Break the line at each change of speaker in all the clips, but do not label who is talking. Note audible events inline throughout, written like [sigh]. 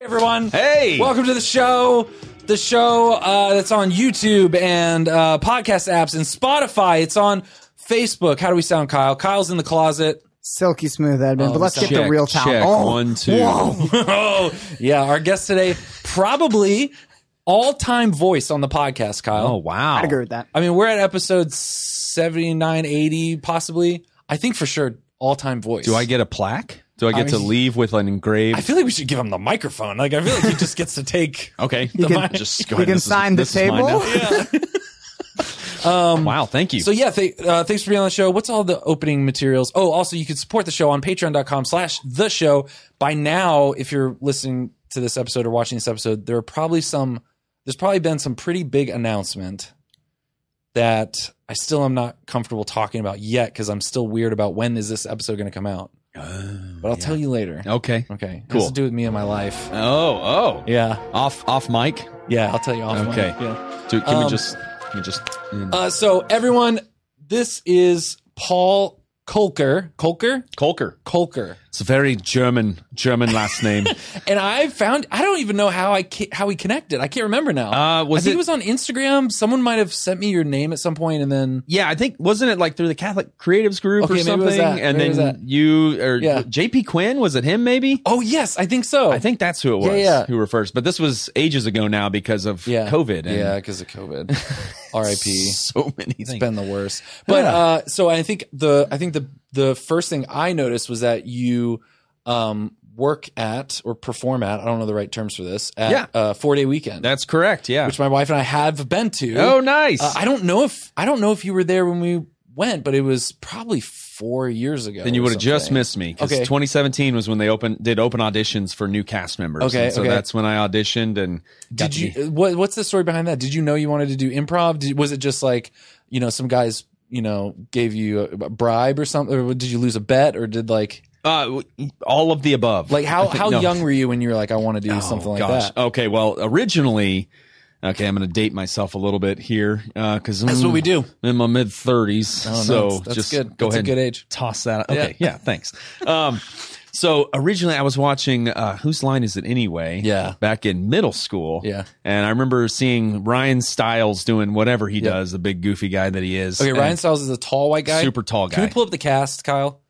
everyone.
Hey.
Welcome to the show. The show uh, that's on YouTube and uh, podcast apps and Spotify. It's on Facebook. How do we sound, Kyle? Kyle's in the
[laughs]
closet.
Silky smooth, Edmund. but let's get
Check,
the real talent.
check.
Oh,
One, two.
oh, yeah. Our guest today, probably all time voice on the podcast, Kyle.
Oh, wow.
I agree with that.
I mean, we're at episode 79, 80, possibly. I think for sure all time voice.
Do I get a plaque? Do I get to leave with an engraved?
I feel like we should give him the microphone. Like, I feel like he just gets to
[laughs]
take.
okay.
can-
just go
You can
This is-
sign the
this is mine
table.
now. wow. Thank you.
Um, So yeah, th- uh, thanks for being on the show. What's all the opening materials? Oh, also you can support the show on patreon.com slash the show. By now, if you're listening to this episode or watching this episode, there are probably some there's probably been some pretty big announcement that I still am not comfortable talking about yet because I'm still weird about when is this episode going to come out. but I'll tell you later.
Uh, okay.
Okay. It
Cool.
has to do with me and my life.
Oh, oh.
Yeah.
Off, off mic.
Yeah. I'll tell you off. mic.
Okay.
Yeah.
Dude, can we
Um,
just, can we just? mm.
Uh, so everyone, this is Paul Kolker. Kolker?
Kolker.
Kolker.
It's a very German, German
[laughs]
last name.
and I found I don't even know how I ca- how we connected. I can't remember now.
Uh, was
I think it,
it-
was on Instagram. Someone might have sent me your name at some point, and then
yeah, I think wasn't it like through the Catholic Creatives Group
Okay,
or
maybe it
something?
was that.
And
Maybe it was
then
that.
you or
Yeah.
JP Quinn was it him? Maybe.
oh yes, I think so.
I think that's who it was.
Yeah, yeah.
Who were first? But this was ages ago now because of
yeah,
COVID. And
yeah, because of
[laughs]
COVID. R.I.P.
So many things.
It's been the worst. But
Yeah.
uh, so I think the I think the the first thing I noticed was that you um, work at or perform at I don't know the right terms for this at
Yeah.
uh, four day weekend,
That's correct. Yeah.
which my wife and I have been to.
oh, nice.
Uh, I don't know if I don't know if you were there when we went, but it was probably four years ago.
then you
or
would have just
something.
missed me because
Okay.
2017 was when they open did open auditions for new cast members.
Okay,
And so
okay.
that's when I auditioned and
Did
got to be-
you? uh, What, what's the story behind that? Did you know you wanted to do improv? Did, was it just like you know some guys you know gave you a bribe or something? Or did you lose a bet or did like
uh, w- all of the above.
like how
I think-
how
no. Oh,
young were you when you were like I want to do something like that?
Okay, well, originally, okay, I'm going to date myself a little bit here because
That's what we do.
in my mid 30s.
no,
so
that's- that's
just
good.
go
That's a
ahead,
good
and
age.
toss that. out. Okay, yeah, thanks. Um, so originally, I was watching uh, Whose Line Is It Anyway?
Yeah.
back in middle school.
Yeah.
and I remember seeing Ryan Stiles doing whatever he does, the big goofy guy that he is.
Okay,
And-
Ryan Stiles is a tall white guy,
Super tall
Can we
guy.
pull up the cast, Kyle?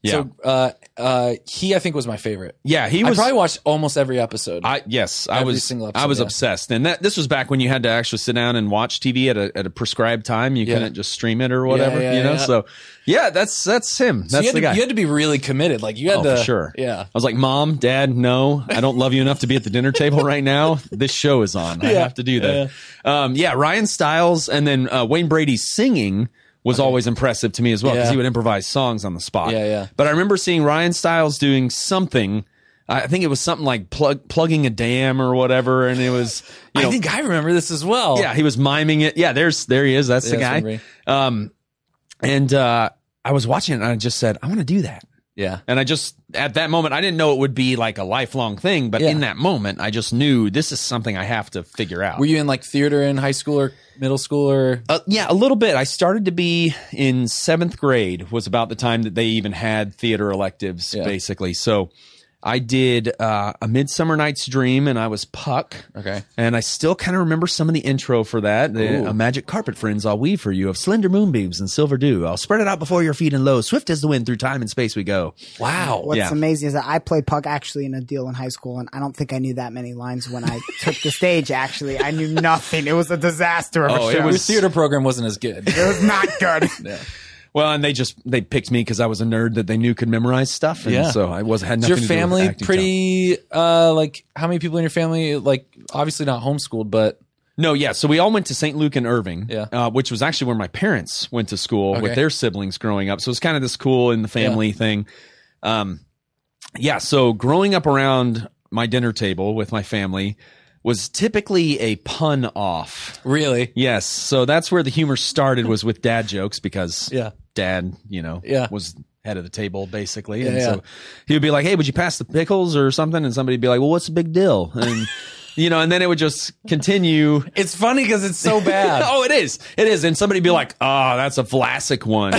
Yeah,
So uh, uh, he I think was my favorite.
yeah, he
I
was
probably watched almost every episode.
I yes, I
Every
was
single
I
episode,
was
yeah.
obsessed, and that this was back when you had to actually sit down and watch TV at a at a prescribed time. You
Yeah.
couldn't just stream it or whatever,
yeah,
you know.
yeah.
So yeah, that's that's him. That's
so you had,
the
to,
guy.
you had to be really committed. Like you had
Oh,
to
for sure.
Yeah.
I was like, Mom, Dad, no, I don't love you enough to be at the dinner table right now. This show is on. I
Yeah.
have to do that. Yeah, um, yeah Ryan Stiles and then uh, Wayne Brady's singing was always impressive to me as well because
Yeah.
he would improvise songs on the spot.
Yeah, yeah.
But I remember seeing Ryan Stiles doing something. I I think it was something like plug, plugging a dam or whatever, and it was you know
I think I remember this as well.
yeah, he was miming it. Yeah, there's there he is. That's the
Yeah, that's
guy.
Henry.
Um, and uh, I was watching it and I just said, I want to do that.
Yeah.
And I just at that moment I didn't know it would be like a lifelong thing, but
Yeah.
in that moment I just knew this is something I have to figure out.
Were you in like theater in high school or middle school or?
uh, yeah, a little bit. I started to be in seventh grade was about the time that they even had theater electives,
Yeah.
basically. So I did uh, a Midsummer Night's Dream, and I was Puck.
Okay.
And I still kind of remember some of the intro for that. The,
Ooh.
a magic carpet, friends, I'll weave for you of slender moonbeams and silver dew. I'll spread it out before your feet and low. Swift as the wind through time and space we go.
Wow.
What's
Yeah.
amazing is that I played puck actually in a deal in high school, and I don't think I knew that many lines when I took the stage. Actually, I knew nothing. It was a disaster of
Oh,
a
it
show.
Your
was-
theater program wasn't as
[laughs]
good.
It was not good.
Well, and they just they picked me because I was a nerd that they knew could memorize stuff. And
Yeah.
so I was had
Is
nothing
your
to do with
family
acting talent.
pretty uh like how many people in your family like obviously not homeschooled but
No, yeah. So we all went to St. Luke and Irving,
Yeah.
uh, which was actually where my parents went to school
Okay.
with their siblings growing up. So it's kind of this cool in the family thing. Um, yeah. So growing up around my dinner table with my family was typically a pun off.
really
Yes. So that's where the humor started was with dad jokes because
[laughs] Yeah.
dad, you know,
Yeah.
was head of the table basically. and
Yeah, yeah.
so he would be like, Hey, would you pass the pickles or something? And somebody'd be like, Well, what's the big deal? And [laughs] you know, and then it would just continue.
it's [laughs] funny because it's so [laughs] bad [laughs]
oh, it is. It is. And somebody'd be like, Oh, that's a "Ah, Vlasic one.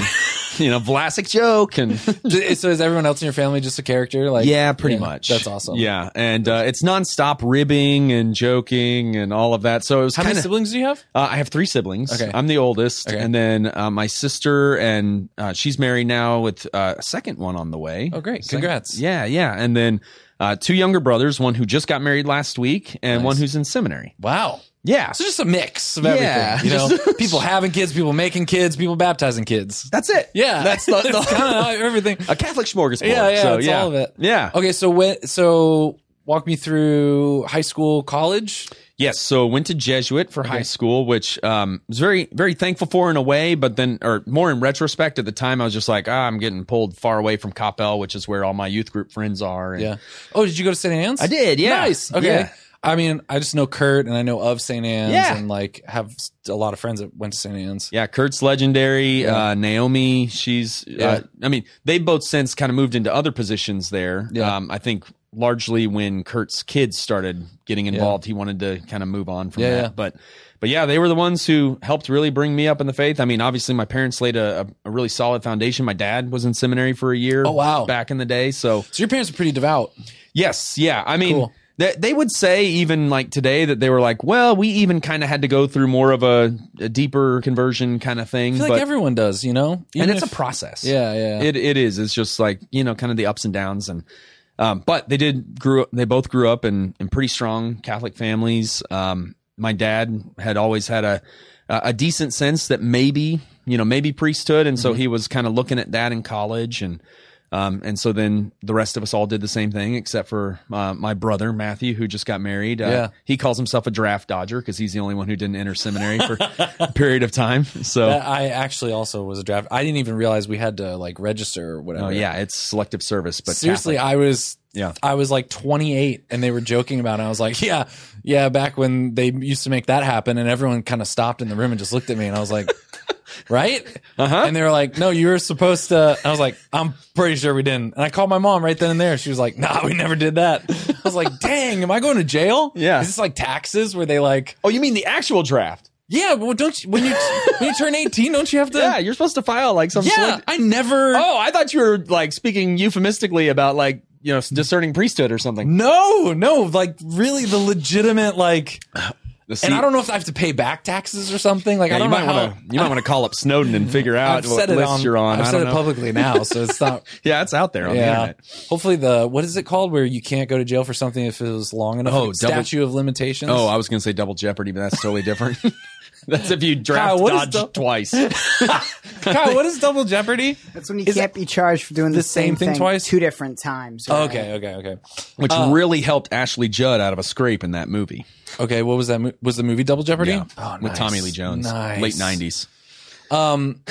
you know, Vlasic joke and
so is everyone else in your family just a character? Like
yeah, pretty
yeah,
much.
That's awesome.
Yeah, and uh, it's nonstop ribbing and joking and all of that. So it was
How
kind
many
of.
siblings do you have?
Uh, I have three siblings.
Okay.
I'm the oldest,
Okay.
and then uh, my sister, and uh, she's married now with uh, a second one on the way.
Oh, great.
Second-
Congrats.
yeah, yeah, and then uh, two younger brothers, one who just got married last week, and
Nice.
one who's in seminary.
Wow.
Yeah,
So just a mix of
Yeah.
everything. You
[laughs]
know, people having kids, people making kids, people baptizing kids.
that's it.
Yeah,
[laughs] that's the,
[laughs]
the
It's kinda everything.
a Catholic smorgasbord.
Yeah, yeah,
so,
it's
yeah.
all of it. Oh.
Yeah.
Okay, so when, so walk me through high school, college.
Yes, so went to Jesuit for high school, which um, was very, very thankful for in a way, but then, or more in retrospect, at the time I was just like, ah, I'm getting pulled far away from Coppell, which is where all my youth group friends are. And
Yeah. Oh, did you go to St. Anne's?
I did, yeah.
Nice. Okay.
Yeah.
I mean, I just know Kurt and I know of St. Anne's
Yeah.
and like have s- a lot of friends that went to St. Anne's.
Yeah, Kurt's legendary.
Yeah.
Uh, Naomi, she's.
Yeah.
Uh, I mean, they both since kind of moved into other positions there.
Yeah.
Um, I think largely when Kurt's kids started getting involved, he wanted to kind of move on from
Yeah,
that.
yeah.
But, but yeah, they were the ones who helped really bring me up in the faith. I mean, obviously, my parents laid a, a- a really solid foundation. My dad was in seminary for a year.
Oh, wow.
Back in the day, so
So your parents are pretty devout.
Yes, yeah. I mean,
Cool.
they, they would say even like today that they were like, well, we even kind of had to go through more of a, a deeper conversion kind of thing.
I feel
but,
like everyone does, you know?
and
Even
it's
if-
a process.
Yeah, yeah.
It it is. It's just like you know, kind of the ups and downs, and um, but they did grew. They both grew up in in pretty strong Catholic families. Um, my dad had always had a a decent sense that maybe you know maybe priesthood, and so he was kind of looking at that in college and. Um, and so then the rest of us all did the same thing, except for uh, my brother Matthew, who just got married. Uh,
Yeah.
He calls himself a draft dodger because he's the only one who didn't enter seminary for [laughs] a period of time. So
That- I actually also was a draft. I didn't even realize we had to like register or whatever.
Oh yeah, it's selective service, but
Seriously,
Catholic.
I was
Yeah.
I was like 28 and they were joking about it. I was like, yeah, yeah, back when they used to make that happen and everyone kind of stopped in the room and just looked at me and I was
[laughs]
like, right?
Uh-huh.
And they were like, no, you were supposed to I was like, I'm pretty sure we didn't. And I called my mom right then and there. She was like, nah, we never did that. I was like, dang, am I going to jail?
Yeah.
Is this like taxes where they like,
oh, you mean the actual draft?
yeah, well, don't you, when you when you turn 18, don't you have to
Yeah, you're supposed to file like some.
Yeah,
select-
I never
oh, I thought you were like speaking euphemistically about like you know discerning priesthood or something.
No, no, like really the legitimate like and I don't know if I have to pay back taxes or something. Like I
you
don't
might
know how.
want to you might want to call up Snowden and figure
[laughs]
out
I've
what
said it
list
on.
you're on.
I've
I
said
don't
it
know.
publicly now, so
[laughs]
it's not.
Yeah, it's out there on the
yeah.
internet.
Hopefully, the what is it called where you can't go to jail for something if it was long enough?
Oh,
Like
double-
statute of limitations.
Oh, I was gonna say double jeopardy, but that's totally different.
[laughs]
[laughs] that's if you draft
Kyle, what is
dodge
dou- [laughs]
twice.
Kyle, what is double
[laughs]
jeopardy?
That's when you
Is
can't be charged for doing the, same, thing,
twice?
two different times. right?
Okay, okay, okay,
Which
Uh,
really helped Ashley Judd out of a scrape in that movie.
okay. What was that? mo- Was the movie Double Jeopardy?
Yeah.
Oh,
With
nice.
Tommy Lee Jones.
Nice.
Late nineties.
Um,
[laughs]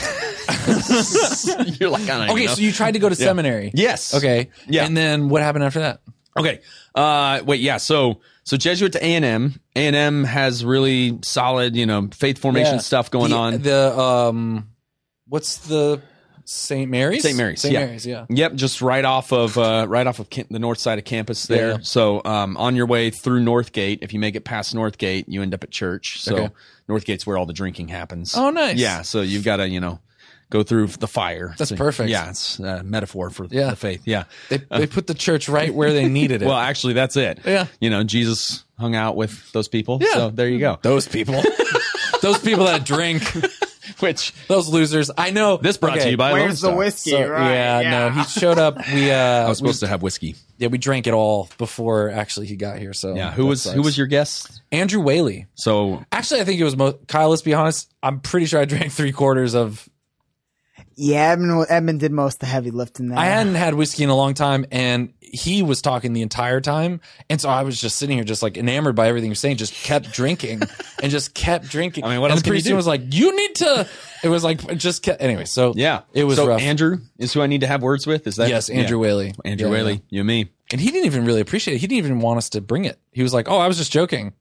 You're like, I don't even
okay,
know.
so you tried to go to seminary.
Yes.
Okay.
Yeah.
And then what happened after that?
Okay. Uh, wait. Yeah. So so Jesuit to A and M. A and M has really solid, you know, faith formation
Yeah.
stuff going
the,
on.
The um, what's the St. Mary's?
St. Mary's,
St.
yeah.
Mary's. Yeah.
Yep, just right off of uh, right off of Kent, the north side of campus there.
Yeah.
So um, on your way through Northgate, if you make it past Northgate, you end up at church. So
Okay.
Northgate's where all the drinking happens.
Oh, nice.
Yeah, so you've got to you know go through the fire.
That's
So-
perfect.
Yeah, it's a metaphor for
Yeah.
the faith. Yeah.
They they put the church right where they needed it.
Well, actually, that's it.
Yeah.
You know, Jesus hung out with those people.
Yeah.
So there you go.
those people, those people that drink,
[laughs] Which
those losers. I know
this brought to
Okay,
you by Lone
Where's the
Star.
whiskey?
so-
right.
yeah, no, he showed up. We uh,
[laughs] I was supposed to have whiskey.
yeah, we drank it all before actually he got here. So
Yeah, who
that
was
sucks.
who was your guest?
Andrew Whaley?
So
Actually, I think it was most, Kyle. Let's be honest. I'm pretty sure I drank three quarters of
Yeah, Edmund, Edmund did most of the heavy lifting there.
I hadn't had whiskey in a long time, and he was talking the entire time, and so I was just sitting here, just like enamored by everything he was saying, just kept drinking [laughs] and just kept drinking.
I mean, what
and
else
the
can you
priest
do?
was like, "You need to." It was like it just kept anyway. So
yeah,
it was
so
rough.
Andrew is who I need to have words with. Is that
yes, Andrew
Yeah.
Whaley.
Andrew
Yeah,
Whaley,
yeah.
you and me.
and he didn't even really appreciate it. He didn't even want us to bring it. He was like, "Oh, I was just
[laughs]
joking."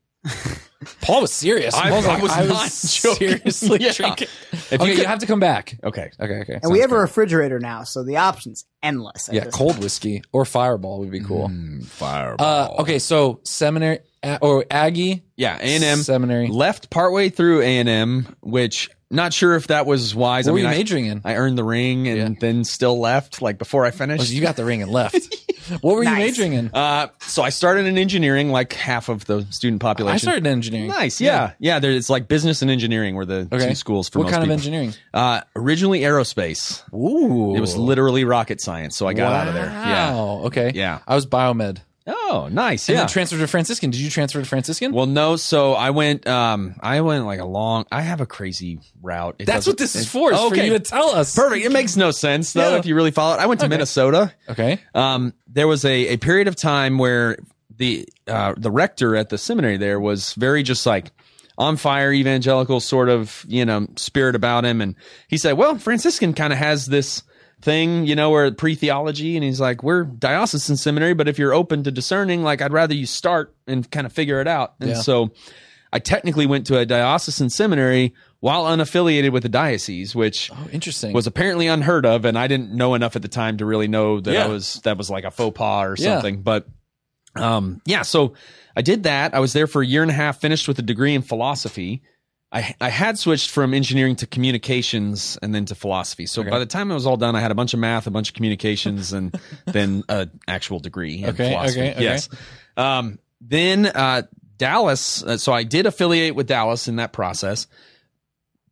Paul was serious.
I-
Paul was
I
like,
was
"I was
not [laughs] joking."
seriously
Yeah.
drinking."
If you
okay, you
could-
have to come back.
Okay,
Okay, okay.
and we have a refrigerator now, so the options endless. at
yeah,
this
cold whiskey or Fireball would be cool. Uh,
Mm, fireball.
okay, so seminary uh, or Aggie
yeah, A and M
seminary.
left partway through A and M, which Not sure if that was wise.
What
I
were
mean,
you
I-
majoring in?
I, earned the ring and then still left. Like before I
Oh,
finished,
so you got the ring and
[laughs]
left. what were you
Nice.
majoring in?
Uh, so I started in engineering, like half of the student population.
I started in engineering.
Nice, yeah, yeah. there, it's like business and engineering were the
Okay.
two schools for
what
most
kind
people.
of engineering?
Uh, originally aerospace.
Ooh,
It was literally rocket science, so I got
wow.
out of there. Yeah.
Okay.
Yeah.
I was biomed.
Oh, nice.
And
yeah.
then transferred to Franciscan. Did you transfer to Franciscan?
well, no. So I went. Um, I went like a long. I have a crazy route. It
That's what
doesn't-
this is for. is for
Okay.
you to tell us.
Perfect. It makes no sense though
Yeah.
if you really follow it. I went to Minnesota.
Okay.
um, there was a, a period of time where the uh, the rector at the seminary there was very just like on fire evangelical sort of you know spirit about him, and he said, "Well, Franciscan kind of has this thing, you know, where pre theology, and he's like, we're diocesan seminary, but if you're open to discerning, like I'd rather you start and kind of figure it out." And
Yeah.
so, I technically went to a diocesan seminary while unaffiliated with the diocese, which
Oh, interesting.
was apparently unheard of, and I didn't know enough at the time to really know that
Yeah.
I was that was like a faux pas or
Yeah.
something. But um, yeah, so I did that. I was there for a year and a half, finished with a degree in philosophy. I I had switched from engineering to communications and then to philosophy. So by the time I was all done, I had a bunch of math, a bunch of
[laughs]
communications, and then a actual degree in
Okay,
philosophy.
okay, okay.
Yes. Um, then uh, Dallas. Uh, so I did affiliate with Dallas in that process.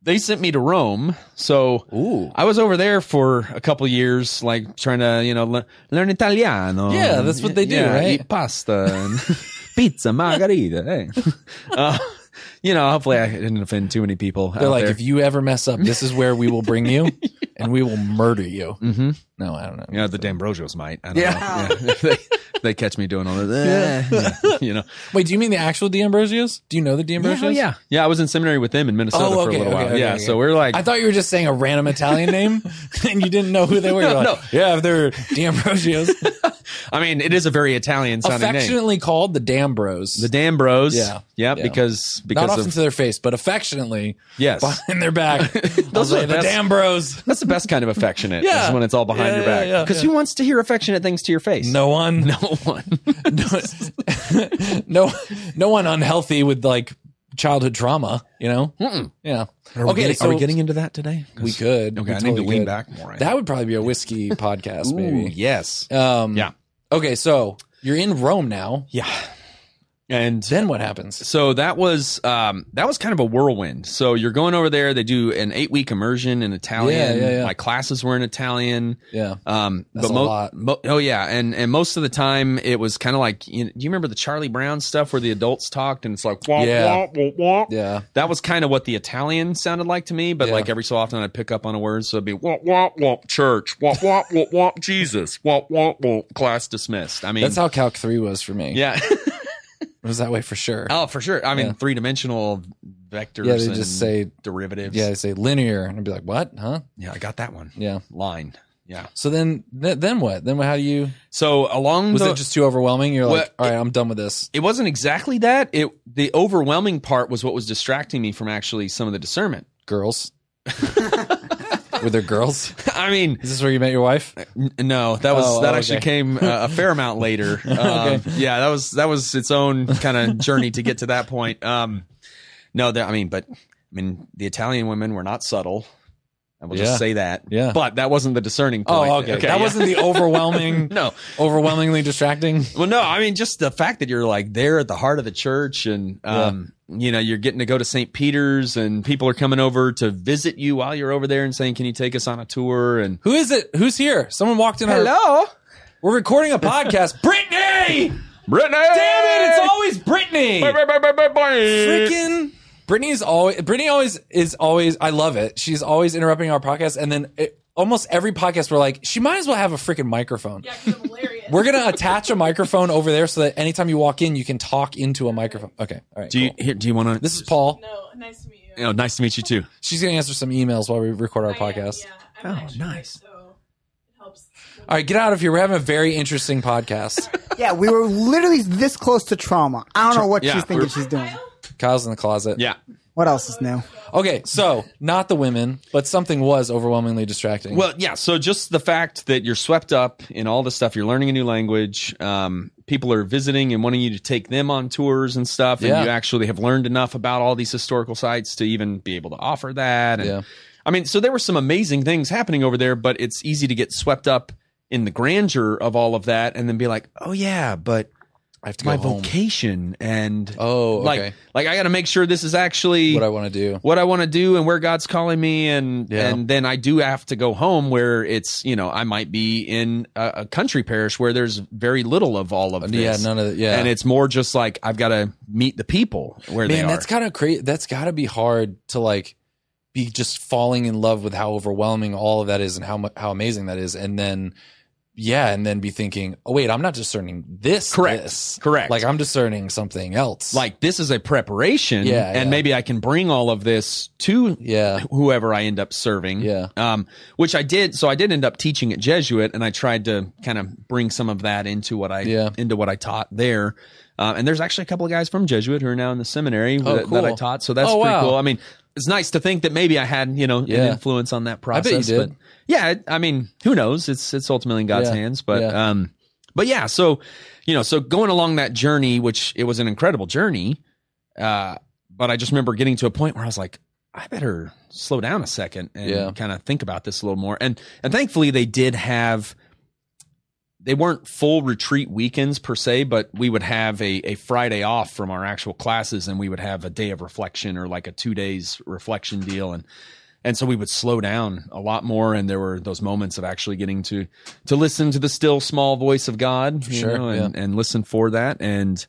They sent me to Rome. So
Ooh.
I was over there for a couple years, like trying to, you know, le- learn Italiano.
Yeah, that's what they do,
Yeah,
right?
Eat pasta and [laughs] pizza margarita. Hey. [laughs] Uh, you know, hopefully I didn't offend too many people.
They're
out
like,
there.
if you ever mess up, this is where we will bring
[laughs]
you, and we will murder you.
Mhm.
No, I don't know.
You know, the D'Ambrosios might. I don't
Yeah.
know. [laughs] Yeah. they, they catch me doing all of that. Yeah. You know.
Wait, do you mean the actual D'Ambrosios? Do you know the
Yeah,
[laughs] D'Ambrosios?
oh, yeah. Yeah, I was in seminary with them in Minnesota
Oh,
for a
okay,
little
okay,
while.
okay,
yeah,
okay.
so we're like,
I thought you were just saying a random Italian name, [laughs] and you didn't know who they were. You're like,
[laughs] No.
Yeah, they're
[laughs]
D'Ambrosios,
I mean, it is a very Italian sounding name.
affectionately called the D'Ambros.
The D'Ambros.
Yeah.
Yep,
Yeah.
because
Not
because
often
of
to their face, but affectionately [laughs]
yes.
behind their back. Those
[laughs] Those
are
are the
the
best.
D'Ambros.
That's the best kind of affectionate.
Yeah.
Is when it's all behind
Yeah,
your
yeah,
back.
yeah,
Because
yeah.
who wants to hear affectionate things to your face? [laughs]
No one. [laughs]
No one.
no, [laughs] no, no one unhealthy with like childhood trauma, you know? Yeah.
Are we
okay,
getting-
so
are we getting into that today? 'Cause-
we could.
Okay,
We
I need to
totally
lean
could.
back more. I
That would probably be a
[laughs]
whiskey podcast,
think. Ooh,
maybe.
yes.
Um,
Yeah.
Okay, so you're in Rome now.
Yeah. And
Then what happens?
so that was um, that was kind of a whirlwind. So you're going over there. They do an eight week immersion in Italian.
yeah, yeah.
My classes were in Italian.
Yeah.
Um,
That's
but
a
mo-
lot.
mo- oh yeah, and and most of the time it was kind of like you, do you remember the Charlie Brown stuff where the adults talked and it's like womp,
Yeah.
womp, womp, womp.
Yeah.
That was kind of what the Italian sounded like to me, but
Yeah.
like every so often I'd pick up on a word, so it'd be womp,
womp womp womp church womp womp womp womp Jesus womp womp womp.
class dismissed. I mean,
That's how Calc 3 was for me.
yeah, [laughs]
It was that way for sure.
oh for sure. I mean,
Yeah.
three dimensional vectors.
Yeah, they
and
just say-
derivatives.
Yeah, they say linear. And I'd be like, what? Huh?
yeah, I got that one
Yeah.
line. Yeah.
So then, th- then what? Then how do you,
So along
was
the,
it just too overwhelming? You're like,
Well,
all right, I'm done with this.
it wasn't exactly that. It the overwhelming part was what was distracting me from actually some of the discernment. [laughs]
Girls. Were there girls?
I mean,
Is this where you met your wife?
N- No, that was
Oh,
that
oh,
actually
okay.
came uh, a
[laughs]
fair amount later. Um,
Okay.
Yeah, that was that was its own kind of journey to get to that point. Um, no, that I mean, but I mean, the Italian women were not subtle. I will
Yeah.
just say that.
Yeah.
but that wasn't the discerning point.
Oh, okay. that
yeah.
wasn't the overwhelming,
[laughs] no.
overwhelmingly distracting.
Well, no, I mean, just the fact that you're like there at the heart of the church, and um, you know, you're getting to go to St. Peter's, and people are coming over to visit you while you're over there, and saying, "Can you take us on a tour?" And
Who is it? Who's here? Someone walked in. our- we're recording a
[laughs]
podcast. Brittany,
Brittany
damn it! It's always Brittany.
Freaking
Freaking Brittany's always Brittany always is always. I love it. She's always interrupting our podcast, and then it, almost every podcast we're like, she might as well have a freaking microphone.
Yeah, 'cause I'm hilarious.
We're gonna attach a microphone over there so that anytime you walk in, you can talk into a microphone. Okay, all right.
do you
cool.
here, do you want to?
This is Paul.
no, nice to meet you.
Oh, nice to meet you too.
She's gonna answer some emails while we record our
I am,
podcast.
yeah, I'm
Oh,
actually,
nice.
So it helps.
All right, get out of here. We're having a very interesting [laughs] podcast.
Yeah, we were literally this close to trauma. I don't know what
Yeah,
she's thinking
we're-
she's doing.
Kyle?
Kyle's in the closet.
Yeah.
What else is new?
Okay, so not the women, but something was overwhelmingly distracting.
Well, yeah. So just the fact that you're swept up in all the stuff, you're learning a new language. Um, people are visiting and wanting you to take them on tours and stuff, and
Yeah.
you actually have learned enough about all these historical sites to even be able to offer that. And,
Yeah.
I mean, so there were some amazing things happening over there, but it's easy to get swept up in the grandeur of all of that, and then be like, oh yeah, but
I have to go
my
home.
vocation and
Oh, okay.
like like I got to make sure this is actually
what I want to do.
what I want to do and where God's calling me, and
Yeah.
and then I do have to go home where it's you know I might be in a, a country parish where there's very little of all of this,
Uh, Yeah, none of the, yeah.
and it's more just like I've got to meet the people where they
Man,
are.
that's kind of crazy. That's got to be hard to like be just falling in love with how overwhelming all of that is and how mu- how amazing that is, and then yeah, and then be thinking, oh wait, I'm not discerning this.
Correct.
this.
Correct.
Like I'm discerning something else.
like this is a preparation,
Yeah,
and
yeah.
maybe I can bring all of this to
yeah,
whoever I end up serving.
Yeah.
Um, which I did. So I did end up teaching at Jesuit, and I tried to kind of bring some of that into what I
Yeah.
into what I taught there. Uh, and there's actually a couple of guys from Jesuit who are now in the seminary that, that
Oh,
I
cool.
taught. So that's
Oh,
pretty
wow.
cool. I mean, it's nice to think that maybe I had you know an
Yeah.
influence on that
bet
process.
you did.
But yeah, it- I mean, who knows? It's it's ultimately in God's
Yeah.
hands. But
Yeah.
um, but yeah. So you know, so going along that journey, which it was an incredible journey. Uh, but I just remember getting to a point where I was like, I better slow down a second and
Yeah.
kind of think about this a little more. And and thankfully they did have they weren't full retreat weekends per se, but we would have a, a Friday off from our actual classes and we would have a day of reflection or like a two days reflection deal and and so we would slow down a lot more and there were those moments of actually getting to to listen to the still small voice of God you
Sure,
know, and, and listen for that and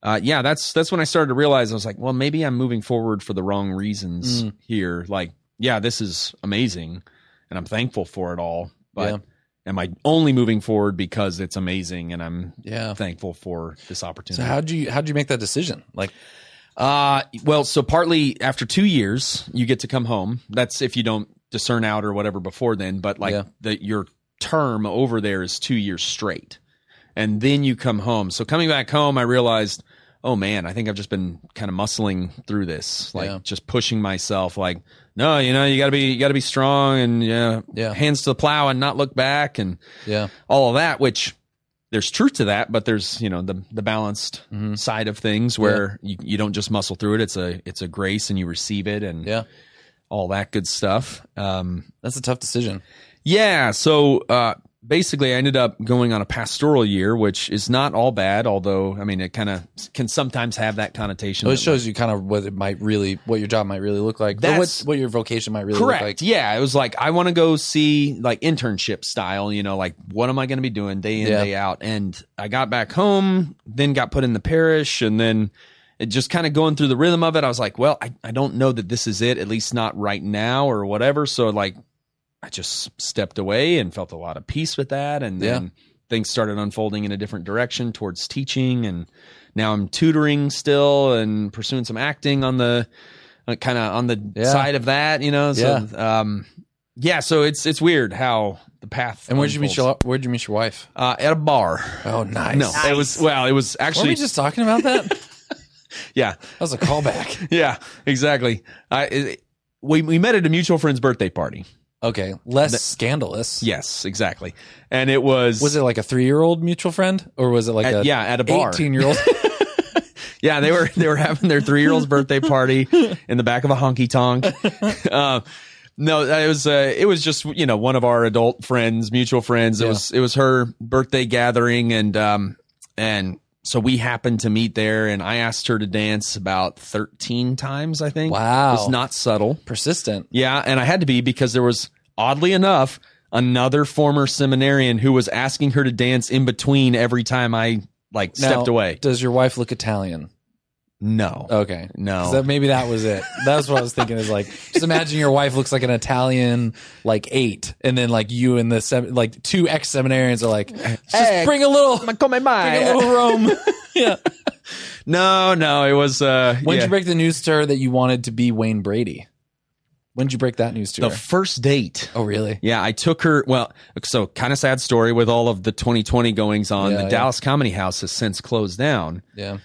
uh, yeah, that's that's when I started to realize I was like, well, maybe I'm moving forward for the wrong reasons
Mm.
here. Like, yeah, this is amazing, and I'm thankful for it all. But
Yeah.
am I only moving forward because it's amazing and I'm
yeah.
thankful for this
So
opportunity?
how would you how would you make that decision? Like
uh, well, so partly after two years, you get to come home. That's if you don't discern out or whatever before then. But like
Yeah.
the, your term over there is two years straight, and then you come home. So coming back home, I realized, oh man, I think I've just been kind of muscling through this, like
Yeah.
just pushing myself. Like, no, you know, you gotta be, you gotta be strong and yeah,
Yeah.
hands to the plow and not look back and
yeah,
all of that, which there's truth to that, but there's you know the the balanced side of things where you, you don't just muscle through it. It's a it's a grace, and you receive it, and
yeah.
all that good stuff. Um,
That's a tough decision.
yeah, so uh, basically, I ended up going on a pastoral year, which is not all bad, although I mean it kind of can sometimes have that connotation.
So it
that,
shows you kind of what it might really what your job might really look like. Or what
That's-
what your vocation might really
Correct.
look like.
yeah, it was like I want to go see like internship style. You know, like what am I going to be doing day in
Yeah.
day out? And I got back home, then got put in the parish, and then it just kind of going through the rhythm of it. I was like, well, I, I don't know that this is it, at least not right now or whatever. So like, I just stepped away and felt a lot of peace with that, and
Yeah.
then things started unfolding in a different direction towards teaching and now I'm tutoring still and pursuing some acting on the kind of on the
Yeah.
side of that, you know. So um yeah, so it's it's weird how the path
And where'd you meet
unfolds.
your where'd you meet your wife?
Uh, at a bar.
Oh, nice.
No, it was well, it was
Were we
actually
just talking about that? that
yeah.
was a
[laughs]
callback.
Yeah, exactly. I it, we we met at a mutual friend's birthday party.
Okay, less scandalous.
Yes, exactly. And it was
Was it like a three-year-old mutual friend, or was it like
At-
a
Uh, yeah, at a bar.
eighteen-year-old?
[laughs] Yeah, they were they were having their three year old's birthday party in the back of a
[laughs]
honky tonk. Uh, no, it was uh, it was just you know one of our adult friends, mutual friends. It
Yeah.
was it was her birthday gathering, and um and so we happened to meet there, and I asked her to dance about thirteen times. I think
Wow.
it's not subtle.
Persistent.
Yeah, and I had to be because there was oddly enough another former seminarian who was asking her to dance in between every time I like
Now,
stepped away.
Does your wife look Italian?
No.
Okay,
No.
'Cause Oh. that- maybe that was it. That's what I was thinking. Is like just imagine your wife looks like an Italian, like eight, and then like you and the sem- like two ex seminarians are like, just
Hey,
bring a little, bring
come mai.
a little
[laughs]
Rome. yeah.
No, no, it was uh
When would
yeah.
you break the news to her that you wanted to be Wayne Brady? When would you break that news to
the
her?
first date.
oh, really?
Yeah, I took her. Well, so kind of sad story with all of the 2020 goings on.
Yeah,
the
yeah.
Dallas Comedy House has since closed down.
Yeah.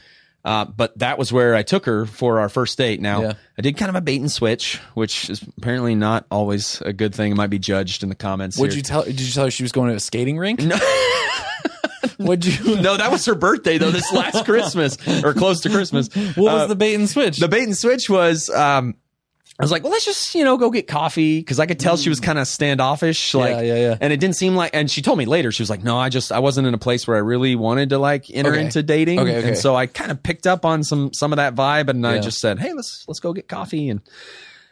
Uh, but that was where I took her for our first date. Now
Yeah.
I did kind of a bait and switch, which is apparently not always a good thing. It might be judged in the comments.
Would
here.
you tell? Did you tell her she was going to a skating rink? [laughs] No. Would you?
no, that was her birthday though. This
[laughs]
last Christmas or close to Christmas.
What was
Uh,
the bait and switch?
the bait and switch was um I was like, well, let's just you know go get coffee because I could tell she was kind of standoffish, like,
Mm. yeah, yeah.
and it didn't seem like. And she told me later she was like, no, I just I wasn't in a place where I really wanted to like enter
Okay.
into dating,
Okay, okay.
and so I kind of picked up on some some of that vibe, and I
Yeah.
just said, hey, let's let's go get coffee, and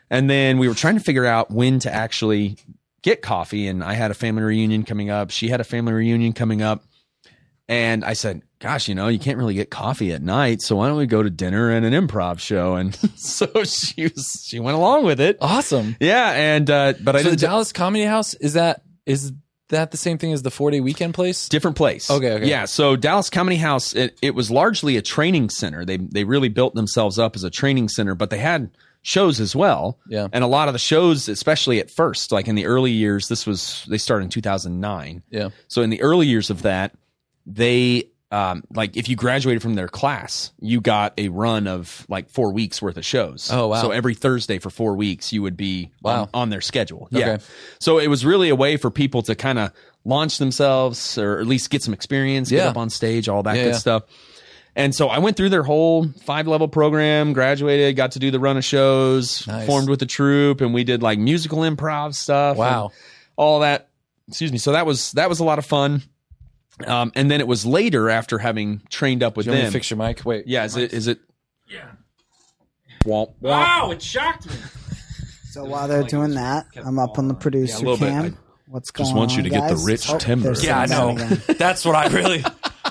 and then we were trying to figure out when to actually get coffee, and I had a family reunion coming up, she had a family reunion coming up, and I said, "Gosh, you know, you can't really get coffee at night, so why don't we go to dinner and an improv show?" And [laughs] so she was, she went along with it.
awesome.
Yeah, and uh, but I
so the
didn't.
Dallas Comedy House is that is that the same thing as the four day weekend place?
different place.
Okay, okay.
Yeah, so Dallas Comedy House it, it was largely a training center. They they really built themselves up as a training center, but they had shows as well.
Yeah.
And a lot of the shows, especially at first, like in the early years, this was they started in 2009.
Yeah.
So in the early years of that, they um, like if you graduated from their class, you got a run of like four weeks worth of shows.
Oh, wow.
So every Thursday for four weeks, you would be on-
Wow.
on, their schedule. Yeah.
Okay.
So it was really a way for people to kind of launch themselves or at least get some experience, get
Yeah.
up on stage, all that
Yeah,
good
yeah.
stuff. And so I went through their whole five level program, graduated, got to do the run of shows,
Nice.
formed with the troupe, and we did like musical improv stuff.
Wow.
and All that. Excuse me. So that was that was a lot of fun. Um, and then it was later after having trained up with
Do you want me
them.
to fix your mic? Wait.
yeah, is it is it
Womp womp.
Wow, it shocked me.
So while they're doing that, I'm up on the producer
little bit.
cam.
I
What's going on?
just want you to get the
guys?
rich
Oh,
timber.
there's
Yeah, I
someone
know.
again.
[laughs] That's what I really.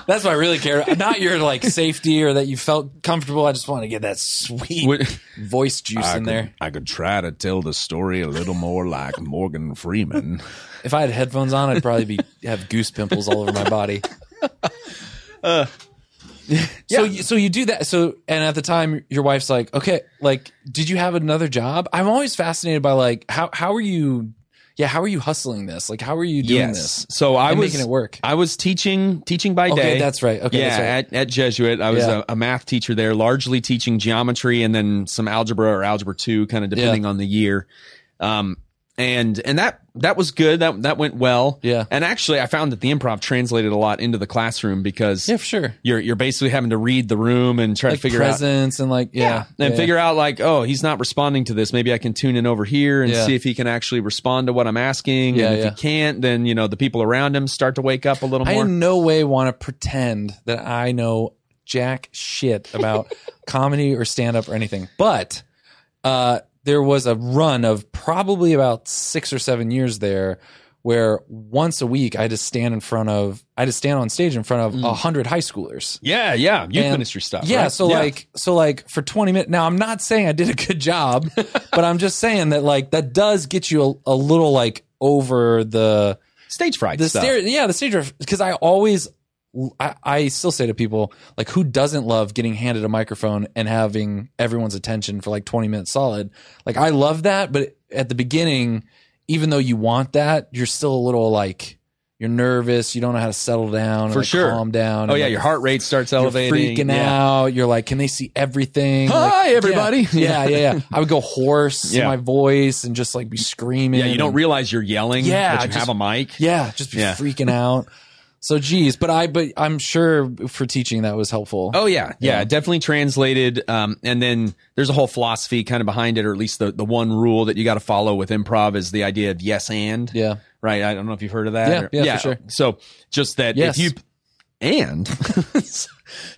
That's what I really care. Not your like safety or that you felt comfortable. I just want to get that sweet
What-
voice juice
I
in
could,
there.
I could try to tell the story a little more like Morgan Freeman.
If I had headphones on, I'd
[laughs]
probably be have goose pimples all over my body.
Uh,
so you, so you do that. So and at the time, your wife's like, okay, like, did you have another job? I'm always fascinated by like how how are you, yeah, how are you hustling this? Like, how are you doing this?
So I
And
was
making it work.
I was teaching teaching by
Okay,
day.
that's right. Okay,
yeah,
that's right.
at, at Jesuit, I was
Yeah.
a, a math teacher there, largely teaching geometry and then some algebra or algebra two, kind of depending on the year. Um, and and that that was good. That that went well.
Yeah.
And actually, I found that the improv translated a lot into the classroom because
Yeah, for sure.
you're you're basically having to read the room and try
Like
to figure out
presence and like yeah,
and
yeah.
figure out like, oh, he's not responding to this. Maybe I can tune in over here and
Yeah.
see if he can actually respond to what I'm asking.
Yeah,
and if
yeah.
he can't, then you know the people around him start to wake up a little
I
more.
in no way want to pretend that I know jack shit about comedy or stand up or anything. But uh, there was a run of probably about six or seven years there where once a week I had to stand in front of, I had to stand on stage in front of a hundred high schoolers.
yeah, yeah, youth
And-
ministry stuff.
Yeah,
right?
so like so like for 20 minutes. Now I'm not saying I did a good job, but I'm just saying that like that does get you a, a little like over the
stage fright
the
stuff.
stereo, yeah, the stage because I always, I, I still say to people like, who doesn't love getting handed a microphone and having everyone's attention for like twenty minutes solid? Like I love that, but at the beginning, even though you want that, you're still a little like you're nervous. You don't know how to settle down, and,
For
like,
sure.
calm down.
oh
and,
yeah,
like,
your heart rate starts
you're
elevating.
freaking
yeah.
out. You're like, can they see everything? Like,
Hi everybody. [laughs]
yeah, yeah, yeah. I would go hoarse, in
Yeah.
my voice, and just like be screaming.
Yeah, you don't
and-
realize you're yelling.
Yeah,
but you
just-
have a mic.
yeah, just be
Yeah.
freaking out. So geez, but I but I'm sure for teaching that was helpful.
Oh yeah, yeah,
Yeah.
definitely translated. Um, and then there's a whole philosophy kind of behind it, or at least the, the one rule that you got to follow with improv is the idea of yes and.
Yeah.
right? I don't know if you've heard of that.
Yeah,
or-
yeah, for sure.
So just that
Yes.
if you and [laughs]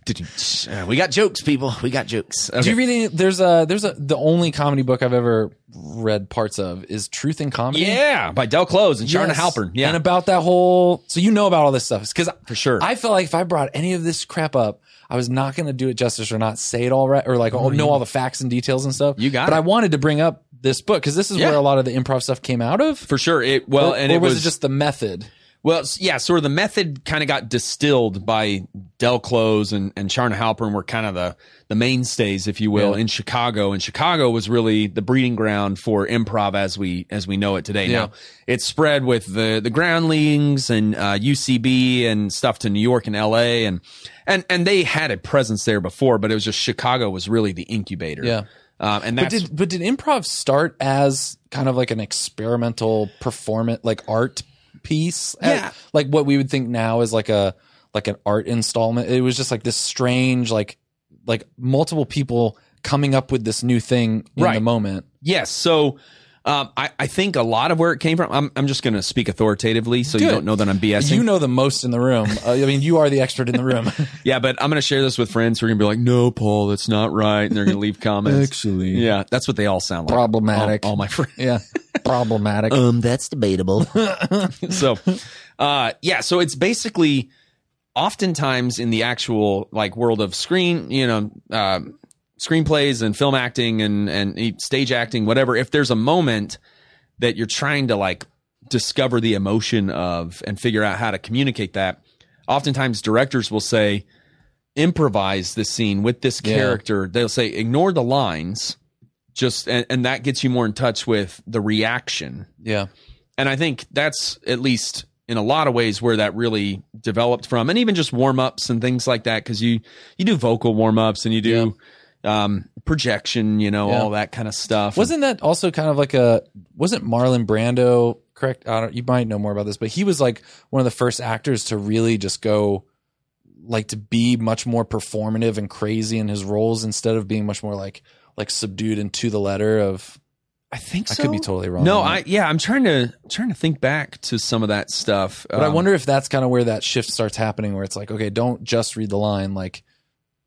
did you, uh, we got jokes, people. We got jokes.
Do you
Okay.
read any there's a there's a the only comedy book I've ever read parts of is Truth in Comedy.
yeah, by Del Close and Sharna
Yes.
Halpern. Yeah,
And about that whole so you know about all this stuff. Because
for sure.
I felt like if I brought any of this crap up, I was not gonna do it justice or not say it all right or like oh, know all the facts and details and stuff.
Mm-hmm. You got
But
it.
I wanted to bring up this book because this is
Yeah.
where a lot of the improv stuff came out of.
for sure. It well,
or,
and
or
it was,
it just the method?
Well, s- yeah, sort of the method kind of got distilled by Del Close and, and Charna Halpern were kind of the, the mainstays, if you will,
Yeah.
in Chicago. And Chicago was really the breeding ground for improv as we as we know it today.
Yeah.
Now it spread with the the groundlings and uh, UCB and stuff to New York and LA and and and they had a presence there before, but it was just Chicago was really the incubator.
Yeah.
Um, and
But
that's
did but did improv start as kind of like an experimental performance like art piece?
Yeah.
like what we would think now is like a like an art installment. It was just like this strange like like multiple people coming up with this new thing in the
Right.
moment.
Yes. So um, I, I think a lot of where it came from, I'm, I'm just going to speak authoritatively so you
Good.
don't know that I'm BSing.
You know the most in the room. Uh, I mean, you are the expert in the room.
yeah, but I'm going to share this with friends who are going to be like, no, Paul, that's not right. And they're going to leave
[laughs]
comments.
Actually.
Yeah, that's what they all sound like.
Problematic.
All, all my friends. [laughs]
yeah, problematic.
Um, that's debatable. [laughs] so, uh, yeah, so it's basically oftentimes in the actual like world of screen, you know, um screenplays and film acting and and e- stage acting, whatever. If there's a moment that you're trying to like discover the emotion of and figure out how to communicate that, oftentimes directors will say, improvise this scene with this
Yeah.
character. They'll say, ignore the lines. Just and, and that gets you more in touch with the reaction
yeah,
and I think that's at least in a lot of ways where that really developed from, and even just warm ups and things like that, because you you do vocal warm ups and you do um, projection, you know,
Yeah.
all that kind of stuff.
wasn't that also kind of like a wasn't Marlon Brando correct? I don't. You might know more about this, but he was like one of the first actors to really just go like to be much more performative and crazy in his roles instead of being much more like like subdued and to the letter of.
I think
I
so.
could be totally wrong
No,
on
I yeah, I'm trying to trying to think back to some of that stuff.
But I
Um,
wonder if that's kind of where that shift starts happening, where it's like, okay, don't just read the line, like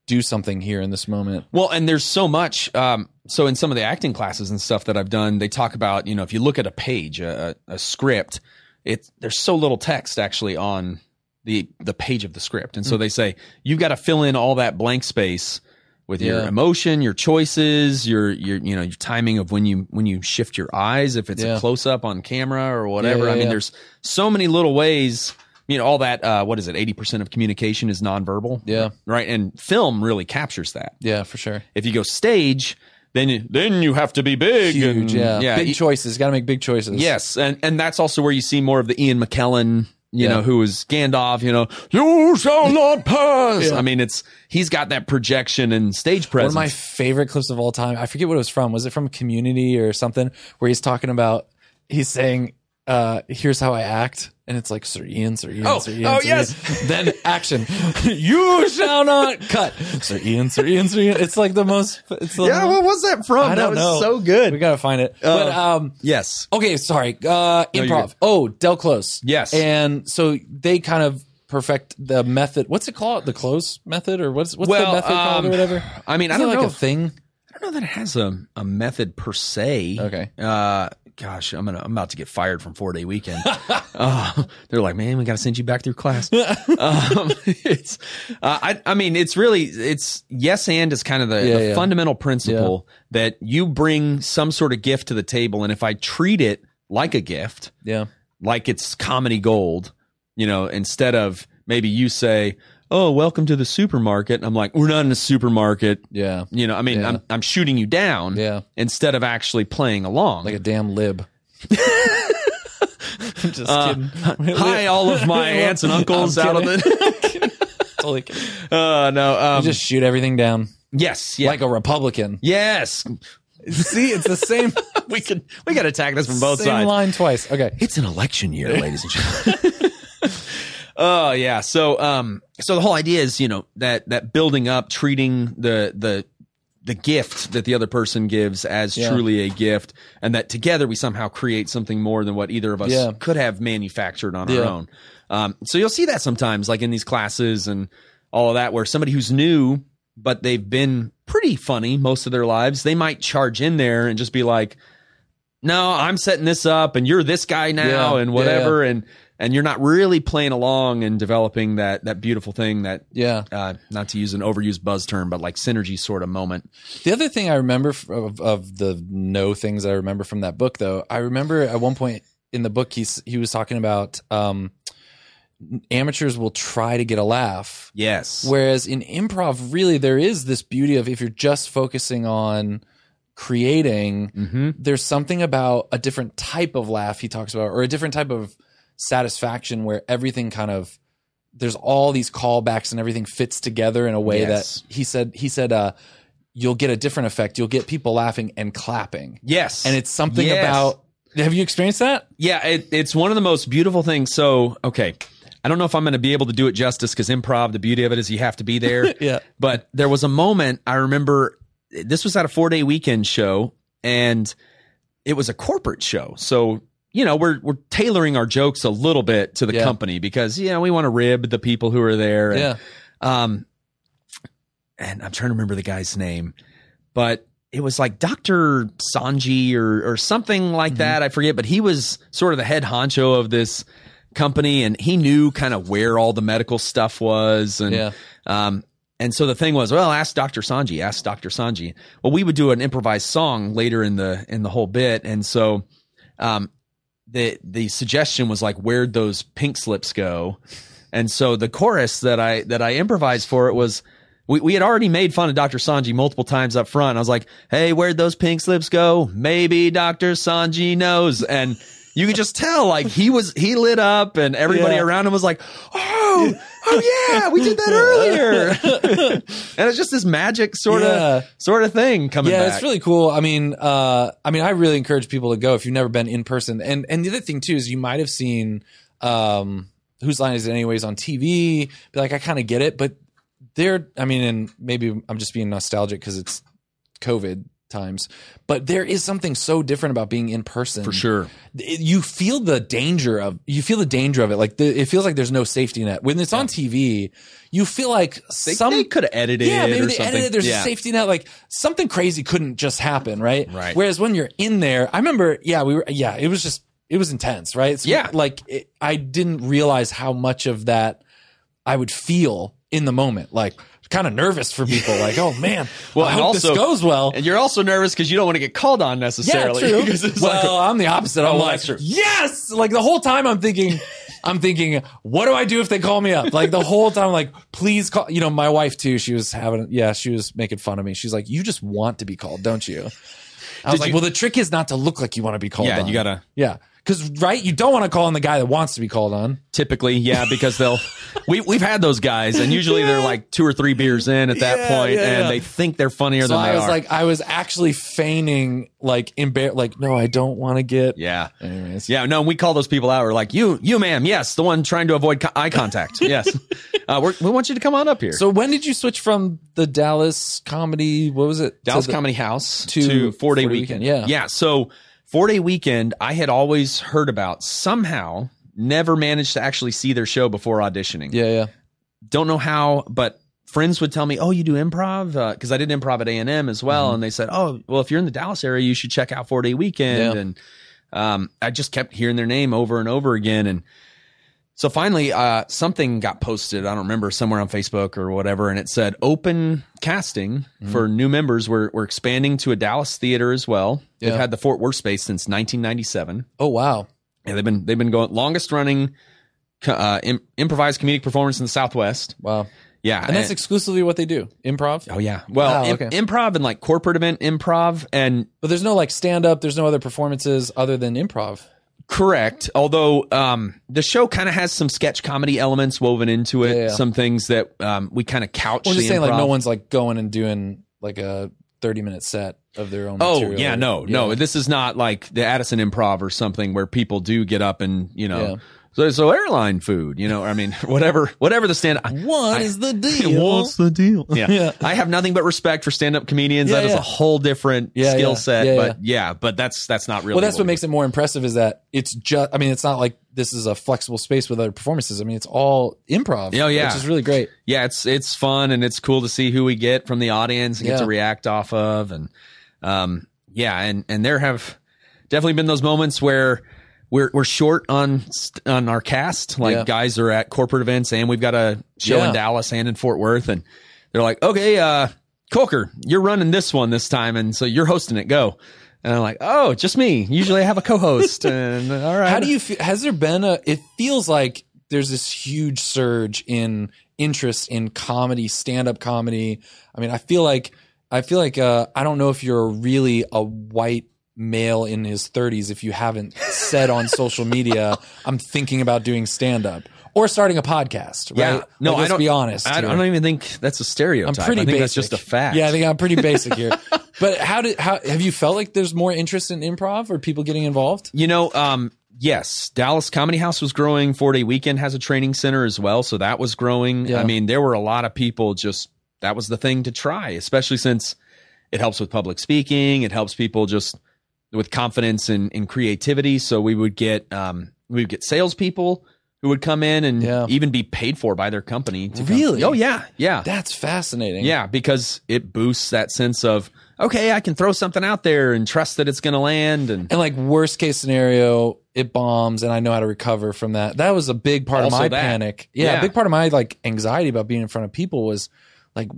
do something here in this moment.
Well, and there's so much. Um, so in some of the acting classes and stuff that I've done, they talk about you know if you look at a page, a, a a script, it there's so little text actually on the the page of the script,
Mm.
and so they say you've got to fill in all that blank space with your
Yeah.
emotion, your choices, your your you know your timing of when you when you shift your eyes, if it's
Yeah.
a close up on camera or whatever.
yeah,
I mean,
yeah.
there's so many little ways. You know, all that. Uh, what is it? Eighty percent of communication is nonverbal.
Yeah.
Right, and film really captures that.
Yeah, for sure.
If you go stage, then you, then you have to be big.
Huge.
and-
Yeah.
yeah. e-
big
y-
choices. Got to make big choices.
yes, and and that's also where you see more of the Ian McKellen, you
Yeah.
know, who is Gandalf. You know, you shall not pass. I mean, it's he's got that projection and stage presence.
One of my favorite clips of all time. I forget what it was from. Was it from Community or something? Where he's talking about, he's saying, uh, "Here's how I act," and it's like Sir Ian, Sir Ian,
Oh,
Sir Ian.
oh,
Sir
yes.
Ian. Then action. [laughs]
[laughs]
you shall not cut, Sir Ian, Sir Ian, Sir Ian. It's like the most. It's the
was Uh, that from?
I don't know. We gotta find it. but um,
yes.
Okay, sorry. Uh,
you're
improv.
good.
Oh, Del Close.
Yes.
And so they kind of perfect the method. What's it called? The close method, or what's what's
Well,
the method called, or
um,
whatever?
I mean, I
Isn't it
don't
like
know
a
if-
thing.
I don't know that it has a, a method per se.
Okay.
Uh, gosh, I'm gonna I'm about to get fired from four day weekend. [laughs] uh, they're like, man, we got to send you back
[laughs]
through class. um, [laughs] it's, uh, I I mean, it's really it's yes and is kind of the,
Yeah,
the
yeah.
fundamental principle that you bring some sort of gift to the table, and if I treat it like a gift,
Yeah.
like it's comedy gold, you know, instead of maybe you say, oh, welcome to the supermarket, and I'm like, we're not in a supermarket.
Yeah.
You know, I mean,
Yeah.
I'm I'm shooting you down
Yeah.
instead of actually playing along.
Like a damn lib. [laughs] I'm just
Uh, [laughs]
kidding.
[laughs]
[laughs]
Hi, all of my aunts and uncles
I'm
out of the.
Totally kidding.
[laughs] Uh, no, um,
just shoot everything down
yes, yeah,
like a Republican.
yes.
See, it's the same
[laughs] We can we got to attack this from both
same
sides.
line twice. Okay.
It's an election year,
[laughs]
ladies and gentlemen. [laughs] Oh yeah, so um, so the whole idea is you know that that building up, treating the the the gift that the other person gives as
Yeah.
truly a gift, and that together we somehow create something more than what either of us
Yeah.
could have manufactured on
Yeah.
our own. Um, so you'll see that sometimes, like in these classes and all of that, where somebody who's new but they've been pretty funny most of their lives, they might charge in there and just be like, "No, I'm setting this up, and you're this guy now,
Yeah.
and
Yeah,
whatever," and and you're not really playing along and developing that that beautiful thing that
Yeah.
uh, not to use an overused buzz term, but like synergy sort of moment.
The other thing I remember f- of, of the no things I remember from that book, though, I remember at one point in the book he's he was talking about um, amateurs will try to get a laugh.
Yes.
Whereas in improv, really, there is this beauty of if you're just focusing on creating,
mm-hmm.
there's something about a different type of laugh he talks about, or a different type of satisfaction where everything kind of there's all these callbacks and everything fits together in a way
Yes.
that he said he said uh you'll get a different effect. You'll get people laughing and clapping.
Yes.
And it's something
Yes.
about have you experienced that?
Yeah, it, it's one of the most beautiful things. So, okay, I don't know if I'm going to be able to do it justice because improv, the beauty of it is you have to
[laughs]
be there.
Yeah.
But there was a moment I remember this was at a four day weekend show and it was a corporate show. So, you know, we're, we're tailoring our jokes a little bit to the
Yeah.
company because, you know, we want to rib the people who are there. And,
Yeah.
um, and I'm trying to remember the guy's name, but it was like Dr. Sanji or, or something like
Mm-hmm.
that. I forget, but he was sort of the head honcho of this company and he knew kind of where all the medical stuff was. And,
Yeah.
um, and so the thing was, well, ask Dr. Sanji, ask Dr. Sanji. Well, we would do an improvised song later in the, in the whole bit. And so, um, the the suggestion was like where'd those pink slips go and so the chorus that i that i improvised for it was we, we had already made fun of dr sanji multiple times up front i was like hey where'd those pink slips go maybe dr sanji knows and you could just tell like he was he lit up and everybody
Yeah.
around him was like oh oh yeah we did that earlier
[laughs]
and it's just this magic sort of
Yeah.
sort of thing coming
yeah,
back
it's really cool. I mean, uh, I mean, I really encourage people to go if you've never been in person. And and the other thing too is you might have seen um, whose line is it anyways on TV. Be like, I kind of get it, but there. I mean, and maybe I'm just being nostalgic because it's COVID times, but there is something so different about being in person
for sure
it- you feel the danger of you feel the danger of it like the, it feels like there's no safety net when it's on tv you feel like
they,
some
they could have edited
yeah, maybe
or
they
something.
edited. There's
yeah.
a safety net. Like something crazy couldn't just happen, right?
Right.
Whereas when you're in there, I remember. Yeah, we were. Yeah, it was just it was intense, right? So,
Yeah.
Like it, I didn't realize how much of that I would feel in the moment, like kind of nervous for people. like, oh man, well, I
and
hope
also-
this goes well.
And you're also nervous because you don't want to get called on
Yeah,
necessarily. [laughs]
true.
Because it's like-
well, I'm the opposite. I'm
Oh,
like,
that's true.
yes. Like the whole time, I'm thinking, I'm thinking, what do I do if they call me up? Like the whole time, like please call. You know, my wife too. She was having, yeah, she was making fun of me. She's like, you just want to be called, don't you? I was
Did
like,
you-
well, the trick is not to look like you want to be called.
yeah,
on.
you gotta
yeah, because right, you don't want to call on the guy that wants to be called on.
typically, yeah, because they'll. we we've had those guys, and usually they're like two or three beers in at that
Yeah,
point,
yeah,
and
yeah.
they think they're funnier
So
than
I
they
was
are.
like, I was actually feigning, like embar, like no, I don't want to get.
yeah.
Anyways,
Yeah, no, we call those people out. We're like, you, you, ma'am, yes, the one trying to avoid co-
[laughs]
eye contact. Yes, uh, we're, we want you to come on up here.
So when did you switch from the Dallas comedy? What was it? To
Dallas
the-
Comedy House
to
four day
4-Day
weekend.
Weekend, yeah.
yeah. So four day weekend, I had always heard about. Somehow, never managed to actually see their show before auditioning.
Yeah, yeah.
don't know how, but friends would tell me, "Oh, you do improv?" Because I did improv at A and M as
Mm-hmm.
well, and they said, "Oh, well, if you're in the Dallas area, you should check out Four Day Weekend."
Yeah.
And um, I just kept hearing their name over and over again, and so finally, uh, something got posted. I don't remember somewhere on Facebook or whatever, and it said open casting
Mm-hmm.
for new members. We're we're expanding to a Dallas theater as well.
Yeah.
They've had the Fort Worth space since 1997.
Oh wow.
Yeah, they've been they've been going longest running co- uh, im- improvised comedic performance in the Southwest.
Wow.
Yeah,
And that's exclusively what they do. Improv.
Oh yeah. Well,
Wow,
im-
okay.
improv and like corporate event improv and
But there's no like stand up, there's no other performances other than improv.
correct. Although um, the show kind of has some sketch comedy elements woven into it.
Yeah, yeah.
Some things that um, we kind of couch.
We're just
the
saying like
improv.
no one's like going and doing like a 30 minute set of their own.
Oh
material.
yeah, no, no.
Yeah.
This is not like the Addison Improv or something where people do get up and you know.
Yeah.
So, so airline food, you know. I mean, [laughs] whatever, whatever the stand.
[laughs] What
I-
is
[laughs]
the deal?
the deal? Yeah.
[laughs] Yeah.
I have nothing but respect for stand-up comedians.
Yeah,
that is
yeah.
a whole different
Yeah,
skill
yeah.
set.
Yeah,
but yeah. but that's that's not really.
well, that's what
we-
makes it more impressive is that it's just, I mean, it's not like this is a flexible space with other performances. I mean, it's all improv.
Oh, yeah.
Which is really great.
yeah, it's it's fun and it's cool to see who we get from the audience and
Yeah.
get to react off of and um yeah, and and there have definitely been those moments where we're we're short on st- on our cast. Like
Yeah.
guys are at corporate events and we've got a show
Yeah.
in Dallas and in Fort Worth and they're like, "Okay, uh Coker, you're running this one this time and so you're hosting it. Go." And I'm like,
[laughs]
"Oh, just me. Usually I have a co-host." and all right.
How do you feel? Has there been a? It feels like there's this huge surge in interest in comedy, stand up comedy. I mean, I feel like I feel like uh, I don't know if you're really a white male in his 30s if you haven't said on social media, [laughs] I'm thinking about doing stand up or starting a podcast. Right?
Yeah. No,
Like,
I
let's
don't-
be honest.
I, I
here.
don't even think that's a
I'm
stereotype.
pretty
I think
basic.
that's just a fact.
Yeah, I think I'm pretty basic
[laughs]
here. but how did how have you felt like there's more interest in improv or people getting involved?
You know, um, yes, Dallas Comedy House was growing. Four Day Weekend has a training center as well, so that was growing.
Yeah.
I mean, there were a lot of people just that was the thing to try, especially since it helps with public speaking. It helps people just with confidence and, and creativity. So we would get um, we would get salespeople who would come in and
Yeah.
even be paid for by their company. to come-
Really?
Oh yeah, yeah.
That's fascinating.
Yeah, because it boosts that sense of okay, I can throw something out there and trust that it's going to land. And
And like worst case scenario, it bombs and I know how to recover from that. That was a big part
Also
of my
that.
panic. Yeah,
Yeah.
a big part of my like anxiety about being in front of people was like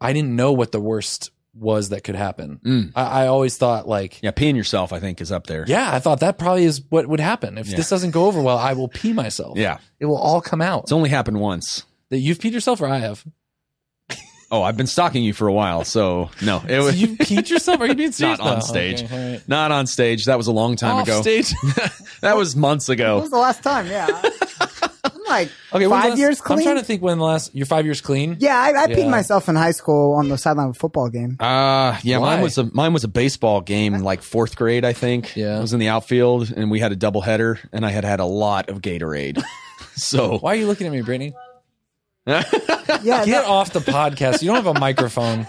I didn't know what the worst was that could happen.
Mm.
I, I always thought like
yeah, peeing yourself, I think, is up there.
yeah, I thought that probably is what would happen. If
Yeah.
this doesn't go over well, I will pee myself.
Yeah.
It will all come out.
It's only happened once.
that you've peed yourself or I have.
Oh, I've been stalking you for a while, so
[laughs]
no, it
So
was
you
[laughs]
peed yourself? Are you being serious?
Not on
No.
stage.
Okay, all right.
not on stage. That was a long time
Off
ago. [laughs]
stage.
That was months
When
ago.
was the last time? Yeah. I'm like
Okay, when's the
five
last-
years clean.
I'm trying to think when the last. You're five years clean.
yeah, I, I
Yeah.
peed myself in high school on the sideline of a football
[laughs]
game.
Uh yeah,
Why?
mine was a mine was a baseball game in like fourth grade, I think.
Yeah.
I was in the outfield and we had a double header and I had had a lot of
[laughs]
Gatorade. so
Why are you looking at me, Brittany?
Yeah,
Get
no,
off the podcast. You don't have a
[laughs]
microphone.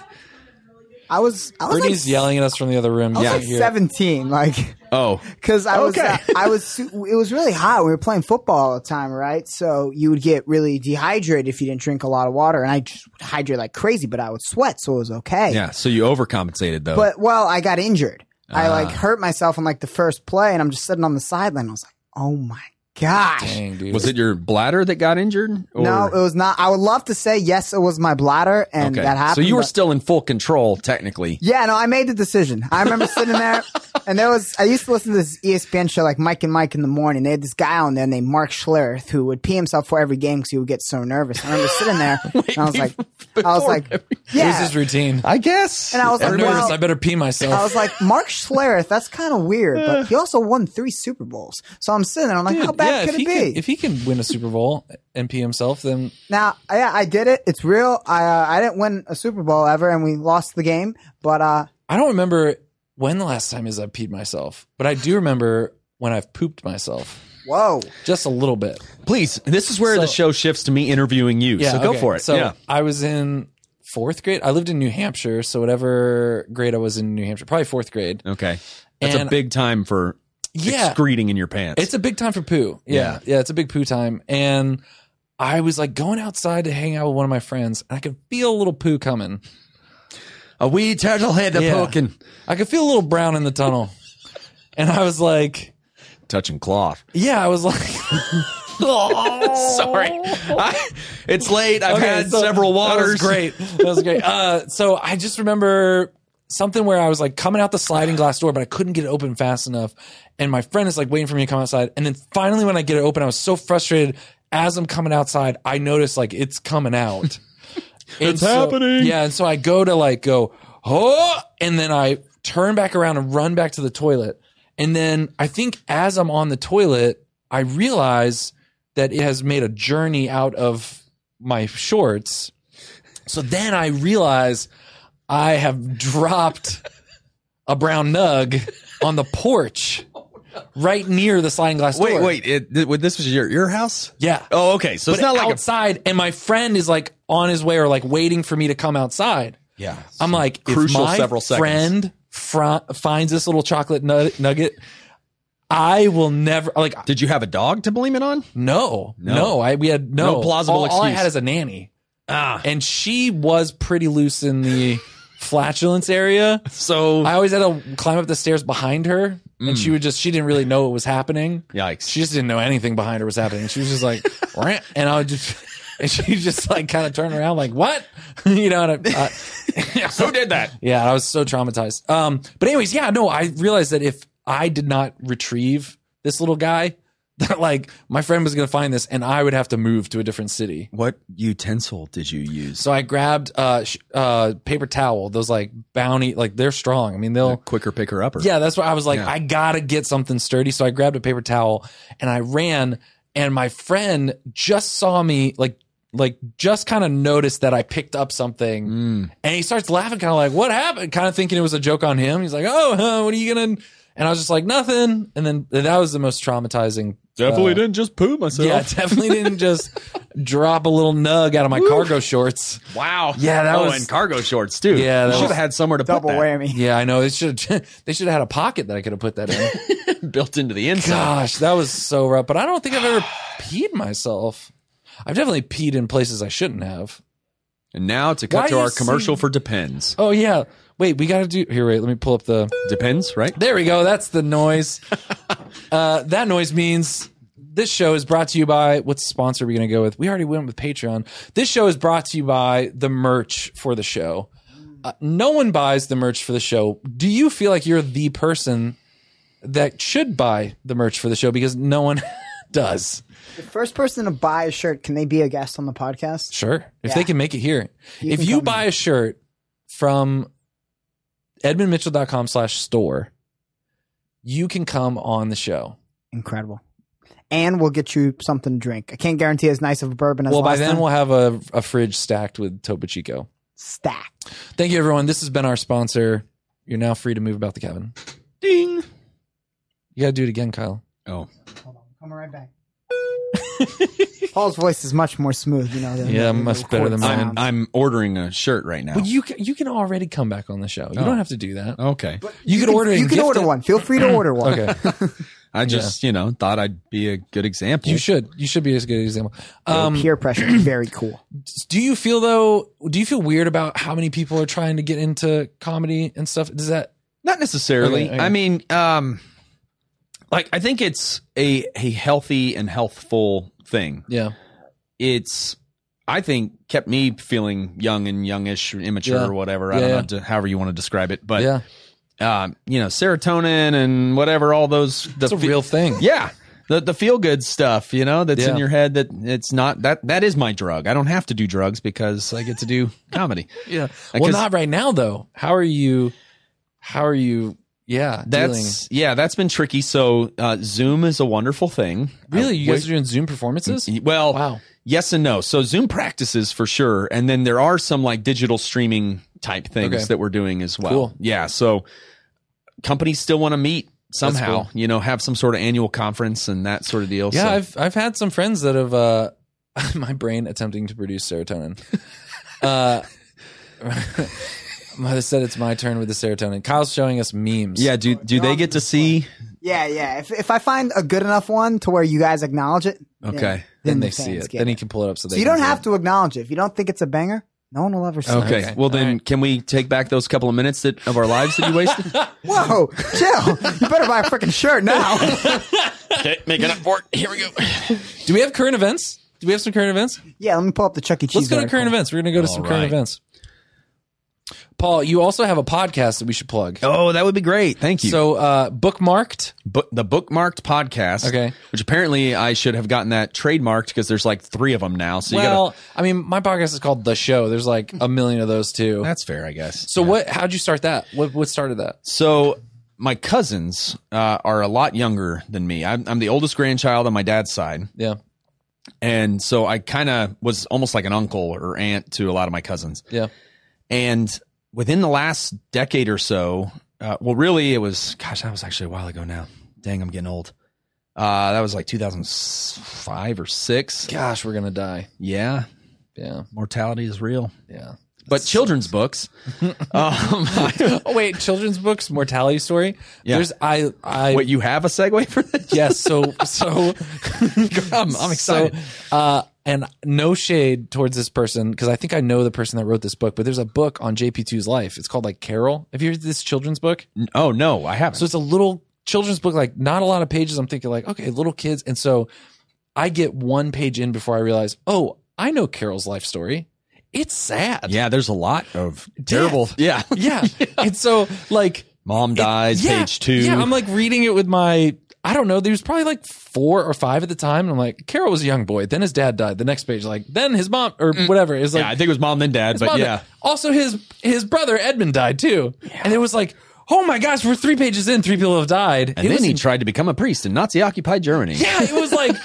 I was. I was
Brittany's
like,
yelling at us from the other room.
I was
You
like
can't hear.
seventeen, like
[laughs] oh
because I was.
Okay.
uh, I was. su- It was really hot. We were playing football all the time, right? So you would get really dehydrated if you didn't drink a lot of water, and I just would hydrate like crazy, but I would sweat, so it was okay.
yeah, so you overcompensated though.
But well, I got injured.
Ah.
I like hurt myself on like the first play, and I'm just sitting on the sideline. I was like, oh my gosh.
Dang, dude.
was it your bladder that got injured? Or?
No, it was not. I would love to say yes, it was my bladder, and that
So
happened.
you were
but-
still in full control, technically.
Yeah, no, I made the decision. I remember
[laughs]
sitting there, and there was. I used to listen to this E ESPN show like Mike and Mike in the morning. They had this guy on there named Mark Schlereth who would pee himself for every game because he would get so nervous. I remember sitting there,
[laughs]
and I was like, I was like,
It
yeah.
was his routine.
I guess.
And I was like,
I'm nervous.
wow.
I better pee
I
myself.
was like, Mark Schlereth, that's kind of weird, but he also won three Super Bowls. So I'm sitting there, I'm like, how bad
yeah,
could
if he
it be?
Can, if he can win a Super Bowl and pee himself, then
Now, yeah, I did it. It's real. I uh, I didn't win a Super Bowl ever, and we lost the game. But uh,
I don't remember when the last time is I peed myself, but I do remember when I've pooped myself
whoa,
just a little bit.
Please, this is where
So-
the show shifts to me interviewing you. so go
okay.
for it.
So
yeah.
I was in fourth grade. I lived in New Hampshire, so whatever grade I was in New Hampshire, probably fourth grade.
Okay. That's
And-
a big time for
Yeah,
excreting in your pants.
it's a big time for poo. Yeah, yeah, it's a big poo time. And I was like going outside to hang out with one of my friends, and I could feel a little poo coming.
a wee turtle head a
Yeah.
poking.
I could feel a little brown in the tunnel, [laughs] and I was like, [laughs]
Touching cloth.
yeah, I was like. [laughs]
Sorry. I, it's late. I've
Okay,
had
[laughs] so
several waters.
That was great. That was great. Uh, so I just remember something where I was like coming out the sliding glass door, but I couldn't get it open fast enough. And my friend is like waiting for me to come outside. And then finally, when I get it open, I was so frustrated. As I'm coming outside, I notice like it's coming out. it's
happening.
Yeah. And so I go to like go, oh, and then I turn back around and run back to the toilet. And then I think as I'm on the toilet, I realize that it has made a journey out of my shorts. So then I realize I have dropped a brown nug on the porch right near the sliding glass
Wait,
door.
wait. It, th- this was your, your house?
Yeah.
Oh, okay. So
But
it's not like a.
outside, and my friend is like on his way or like waiting for me to come outside.
Yeah.
I'm like,
Crucial
if my
several seconds.
friend fr- finds this little chocolate nu- nugget, I will never like.
Did you have a dog to blame it on?
No, no,
No.
I we had no,
No plausible
all, All I
excuse.
had is a nanny,
Ah.
and she was pretty loose in the [laughs] flatulence area.
So.
I always had to climb up the stairs behind her, and
Mm.
she would just she didn't really know what was happening.
Yikes.
[laughs] She just didn't know anything behind her was happening. She was just like, [laughs] "Rant," and I would just. [laughs] And she just like kind of turned around, like what, [laughs] you know? And I, I,
Who did that?
yeah, I was so traumatized. Um, but anyways, yeah, no, I realized that if I did not retrieve this little guy, [laughs] that like my friend was going to find this and I would have to move to a different city.
What utensil did you use?
So I grabbed uh, sh- uh, paper towel, those like bounty, like they're strong. I mean, they'll,
Quicker picker upper.
yeah, that's why I was like,
Yeah.
I gotta get something sturdy. So I grabbed a paper towel and I ran. And my friend just saw me, like, like just kind of noticed that I picked up something,
Mm.
and he starts laughing, kind of like, "What happened?" Kind of thinking it was a joke on him. He's like, "Oh, huh, what are you gonna?" And I was just like, "Nothing." And then that was the most traumatizing.
Definitely
Uh,
didn't just poo myself.
yeah, I definitely didn't
[laughs]
just drop a little nug out of my cargo shorts.
Wow.
Yeah, that
oh,
was-
and cargo shorts too.
Yeah, that
you should
was-
have had somewhere to
Double
put that
whammy.
Yeah, I know. It should [laughs] they should have had a pocket that I could have put that in.
[laughs] built into the inside.
[laughs] Gosh, that was so rough. But I don't think I've ever peed myself. I've definitely peed in places I shouldn't have.
And now to cut
Why
to our
is
commercial
he-
for Depends.
Oh yeah. Wait, we gotta do here, wait, let me pull up the
Depends, right?
There we go. That's the noise. uh, that noise means this show is brought to you by what sponsor are we going to go with? We already went with Patreon. This show is brought to you by the merch for the show. Uh, no one buys the merch for the show. Do you feel like you're the person that should buy the merch for the show because no one [laughs] does?
The first person to buy a shirt, can they be a guest on the podcast?
Sure. If they
Yeah.
can make it here.
You
if
can
you
come
buy a shirt from edmundmitchell.com slash store, you can come on the show.
Incredible. And we'll get you something to drink. I can't guarantee as nice of a bourbon as
Well, by
last
then
time.
we'll have a, a fridge stacked with Topo Chico.
Stacked.
Thank you, everyone. This has been our sponsor. You're now free to move about the cabin.
Ding.
You got to do it again, Kyle.
Oh.
Hold on. Coming
[laughs]
right back. Paul's voice is much more smooth, you know. Than
Yeah,
than the
much better than
recorded
mine.
I'm,
sounds.
I'm ordering a shirt right now.
Well, you can, you can already come back on the show. You
Oh.
don't have to do that.
okay.
You, could
can-
order.
You
and
can
gift
order
it.
one. Feel
[clears throat]
free to order one.
Okay,
I just, you know, thought I'd be a good example.
you should. You should be a good example.
Um,
Um,
Peer pressure is
[clears throat]
very cool.
do you feel though? Do you feel weird about how many people are trying to get into comedy and stuff? Does that?
Not necessarily.
Okay, okay.
I mean, um, like I think it's a a healthy and healthful thing.
Yeah.
It's I think kept me feeling young and youngish, immature,
Yeah.
or whatever. I
Yeah,
don't
yeah.
know, to, however you want to describe it, but
yeah.
um, you know, serotonin and whatever, all those. The
It's a
fe-
real thing.
yeah, the the feel good stuff, you know, that's
Yeah.
in your head. That it's not that that is my drug. I don't have to do drugs because I get
[laughs]
to do comedy.
Yeah.
Like,
well,
'cause
not right now though. How are you? How are you? Yeah. dealing?
That's yeah, that's been tricky. So uh, Zoom is a wonderful thing.
Really,
I
you guys
wish-
are doing Zoom performances?
Well,
Wow.
yes and no. So Zoom practices for sure, and then there are some like digital streaming type things
Okay.
that we're doing as well.
Cool.
Yeah. So companies still want to meet somehow.
cool.
You know, have some sort of annual conference and that sort of deal.
Yeah,
So-
I've I've had some friends that have uh, [laughs] my brain attempting to produce
[laughs]
serotonin. uh, [laughs] Mother said it's my turn with the serotonin. Kyle's showing us memes.
yeah. Do do they get to see?
Yeah, yeah. If, if I find a good enough one to where you guys acknowledge it, then-
Okay.
then
the
they see
fans
it.
get
Then he can pull it up. So, they
So you
can
don't
see
have
it.
to acknowledge it. If you don't think it's a banger, no one will ever see
Okay.
it.
Okay.
Well, then,
All right.
can we take back those couple of minutes that of our lives that you
[laughs]
wasted?
Whoa, chill. You better buy a freaking shirt now.
Okay, making up for it. Here we go.
Do we have current events? Do we have some current events?
[laughs] yeah, let me pull up the Chuck E. Cheese.
Let's go to
article.
current events. We're going to go to some
All
current
right.
events. Paul, you also have a podcast that we should plug.
[laughs] oh, that would be great. Thank you.
So, uh, bookmarked.
book, the bookmarked podcast.
Okay.
Which apparently I should have gotten that trademarked because there's like three of them now. So you
well,
gotta,
I mean, my podcast is called The Show. There's like a million of those too.
that's fair, I guess.
So what? How'd you start that? What what started that?
So my cousins uh, are a lot younger than me. I'm, I'm the oldest grandchild on my dad's side.
Yeah,
And so I kind of was almost like an uncle or aunt to a lot of my cousins.
yeah,
And within the last decade or so, uh, well, really, it was, gosh, that was actually a while ago now. Dang, I'm getting old. Uh, that was like 2005 or six.
Gosh, we're gonna die.
Yeah,
Yeah,
mortality is real.
yeah.
But children's books. um, [laughs]
Oh wait, children's books, mortality story.
Yeah.
There's I I
Wait, you have a segue for this?
yes.
[laughs]
So so
I'm, [laughs] I'm excited.
So, uh, and no shade towards this person because I think I know the person that wrote this book. But there's a book on JP2's life. It's called like Carol. Have you heard this children's book?
oh no, I haven't.
So it's a little children's book, like not a lot of pages. I'm thinking like, okay, little kids. And so I get one page in before I realize, oh, I know Carol's life story. It's sad.
yeah, there's a lot of terrible. [laughs] Yeah,
Yeah. And so like
mom dies.
yeah,
Page two.
Yeah, I'm like reading it with my I don't know. There was probably like four or five at the time. And I'm like, Carol was a young boy. Then his dad died. The next page, like, then his mom or whatever. It's like,
Mm. yeah, I think it was mom then dad,
his
but
mom
yeah.
died. Also, his his brother Edmund died too. And it was like, oh my gosh, we're three pages in, three people have died.
And
It
then
was
he tried to become a priest in Nazi occupied Germany.
yeah, it was
[laughs]
like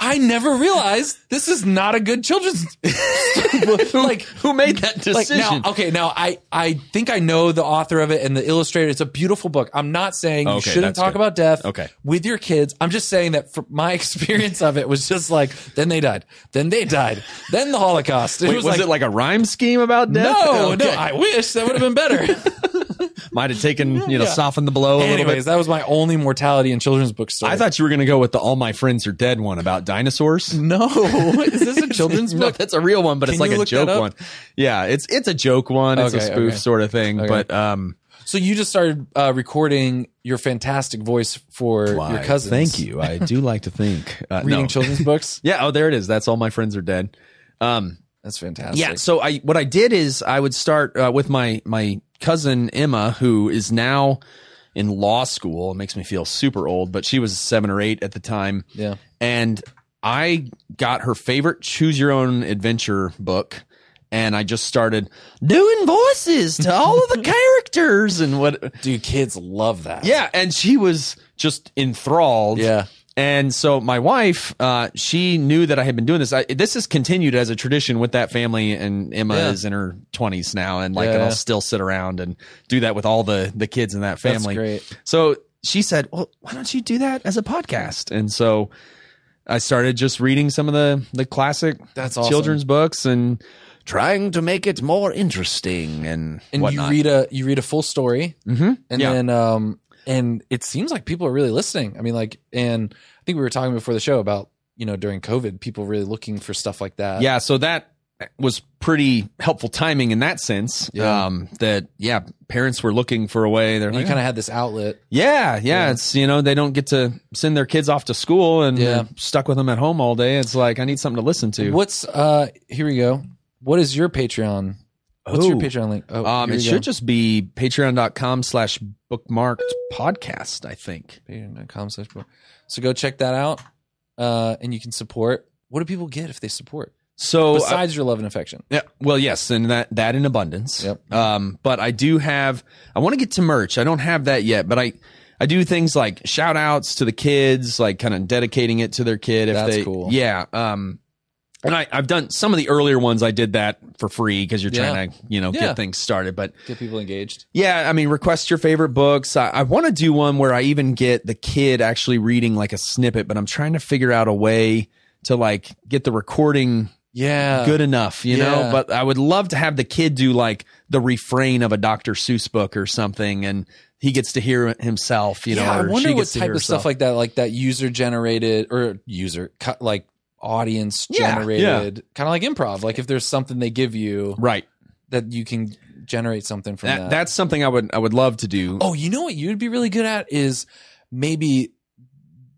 I never realized this is not a good
[laughs]
children's [laughs] like
Who made that
like
decision?
now okay now I I think I know the author of it and the illustrator. It's a beautiful book. I'm not saying you
Okay,
shouldn't
that's
talk
good.
about death
Okay.
with your kids. I'm just saying that for my [laughs] experience of it was just like then they died, then they died, then the Holocaust. It
Wait,
was,
was,
like,
it like a rhyme scheme about death?
no,
Okay.
no. I wish that would have been
[laughs]
better.
might have taken you know
Yeah.
softened the blow a little bit.
Anyways, that was my only mortality in children's book story.
I thought you were going to go with the "All My Friends Are Dead" one about [laughs] dinosaurs.
no, is this a [laughs] children's
No,
book?
that's a real one, but it's
Can
like
you
a
look that
joke
up?
one. Yeah, it's it's a joke one. it's a
Okay,
spoof
okay.
sort of thing.
Okay.
But um,
So you just started uh, recording your fantastic voice for your
why,
cousins.
Thank you. I do like to think. Uh,
Reading
no. [laughs]
children's books.
Yeah. Oh, there it is. That's all my friends are dead. Um,
That's fantastic.
yeah. So I what I did is I would start uh, with my my cousin Emma, who is now in law school. It makes me feel super old, but she was seven or eight at the time.
Yeah.
and I got her favorite choose your own adventure book and I just started doing voices to all of the characters and what
Dude, kids love that.
yeah and she was just enthralled
Yeah.
and so my wife uh, she knew that I had been doing this I, this has continued as a tradition with that family and Emma
Yeah.
is in her 20s now and like
Yeah,
and I'll
yeah.
still sit around and do that with all the the kids in that
That's
family
great.
so she said, "Well, why don't you do that as a podcast?" And so I started just reading some of the the classic
That's awesome.
children's books and trying to make it more interesting and,
And
whatnot.
you read a you read a full story,
hmm
and
Yeah.
then um and it seems like people are really listening. I mean, like, and I think we were talking before the show about you know during COVID, people really looking for stuff like that.
yeah, so that was pretty helpful timing in that sense.
Yeah.
Um, that yeah, parents were looking for a way. They're
and you
like,
kind of had this outlet.
yeah, yeah,
Yeah.
It's you know they don't get to send their kids off to school and
Yeah.
they're stuck with them at home all day. It's like I need something to listen to.
What's uh here we go. What is your Patreon? What's your
Oh.
Patreon link? Oh,
Um,
here
it
we
should
go.
just be patreon.com slash bookmarked podcast, I think.
patreon.com slash book. So go check that out. Uh and you can support. What do people get if they support?
So, uh,
Besides your love and affection.
yeah, well, yes, and that, that in abundance.
Yep.
Um, but I do have, I want to get to merch. I don't have that yet, but I, I do things like shout outs to the kids, like kind of dedicating it to their kid. If
That's
they,
cool.
Yeah. Um, and I, I've done some of the earlier ones. I did that for free because you're
Yeah.
trying to, you know,
Yeah.
get things started. But
Get people engaged.
Yeah, I mean, request your favorite books. I, I want to do one where I even get the kid actually reading like a snippet, but I'm trying to figure out a way to like get the recording
Yeah.
good enough, you
Uh, yeah.
know? But I would love to have the kid do like the refrain of a Dr. Seuss book or something and he gets to hear it himself, you know?
yeah,
or
I wonder
she
what
gets to
type
hear
of stuff
herself.
like that, like that user generated or user cut like audience
Yeah,
generated kind of like improv. Like if there's something they give you
Right.
that you can generate something from that.
That, that's something I would I would love to do.
Oh, you know what you'd be really good at is maybe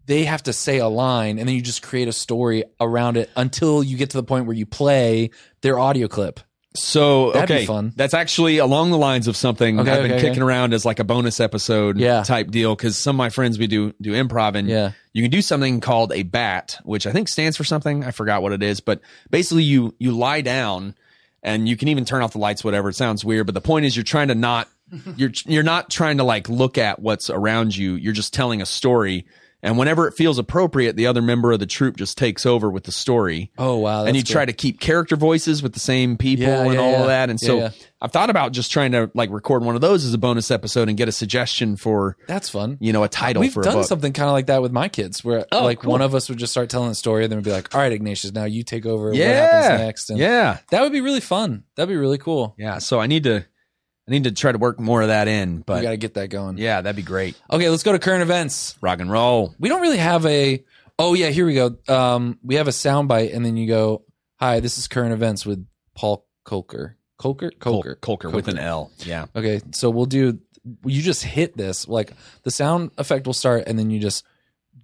they have to say a line and then you just create a story around it until you get to the point where you play their audio clip.
So
That'd be
okay,
fun.
that's actually along the lines of something
Okay,
I've been
okay,
kicking around as like a bonus episode
Yeah.
type deal because some of my friends we do do improv and
Yeah.
you can do something called a bat, which I think stands for something. I forgot what it is, but basically you you lie down and you can even turn off the lights, whatever. It sounds weird, but the point is you're trying
[laughs]
to not you're you're not trying to like look at what's around you. You're just telling a story. And whenever it feels appropriate, the other member of the troop just takes over with the story
Oh wow.
and you
that's
try
good.
to keep character voices with the same people
Yeah,
and
yeah,
all
yeah.
of that. And so
Yeah, yeah.
I've thought about just trying to like record one of those as a bonus episode and get a suggestion for
that's fun.
you know a title
We've
for a
done
book.
something kind of like that with my kids, where
Oh,
like
cool.
one of us would just start telling a story, and then we'd be like, "All right, Ignatius, now you take over.
yeah,
What happens next?" And
yeah,
that would be really fun. That'd be really cool.
yeah. So I need to I need to try to work more of that
We
in.
got
But
to get that going.
yeah, that'd be great.
Okay, let's go to current events.
Rock and roll.
we don't really have a oh yeah here we go um we have a soundbite and then you go hi this is current events with paul kolker kolker kolker
Colker, Colker with an L. Yeah.
okay so we'll do you just hit this like the sound effect will start and then you just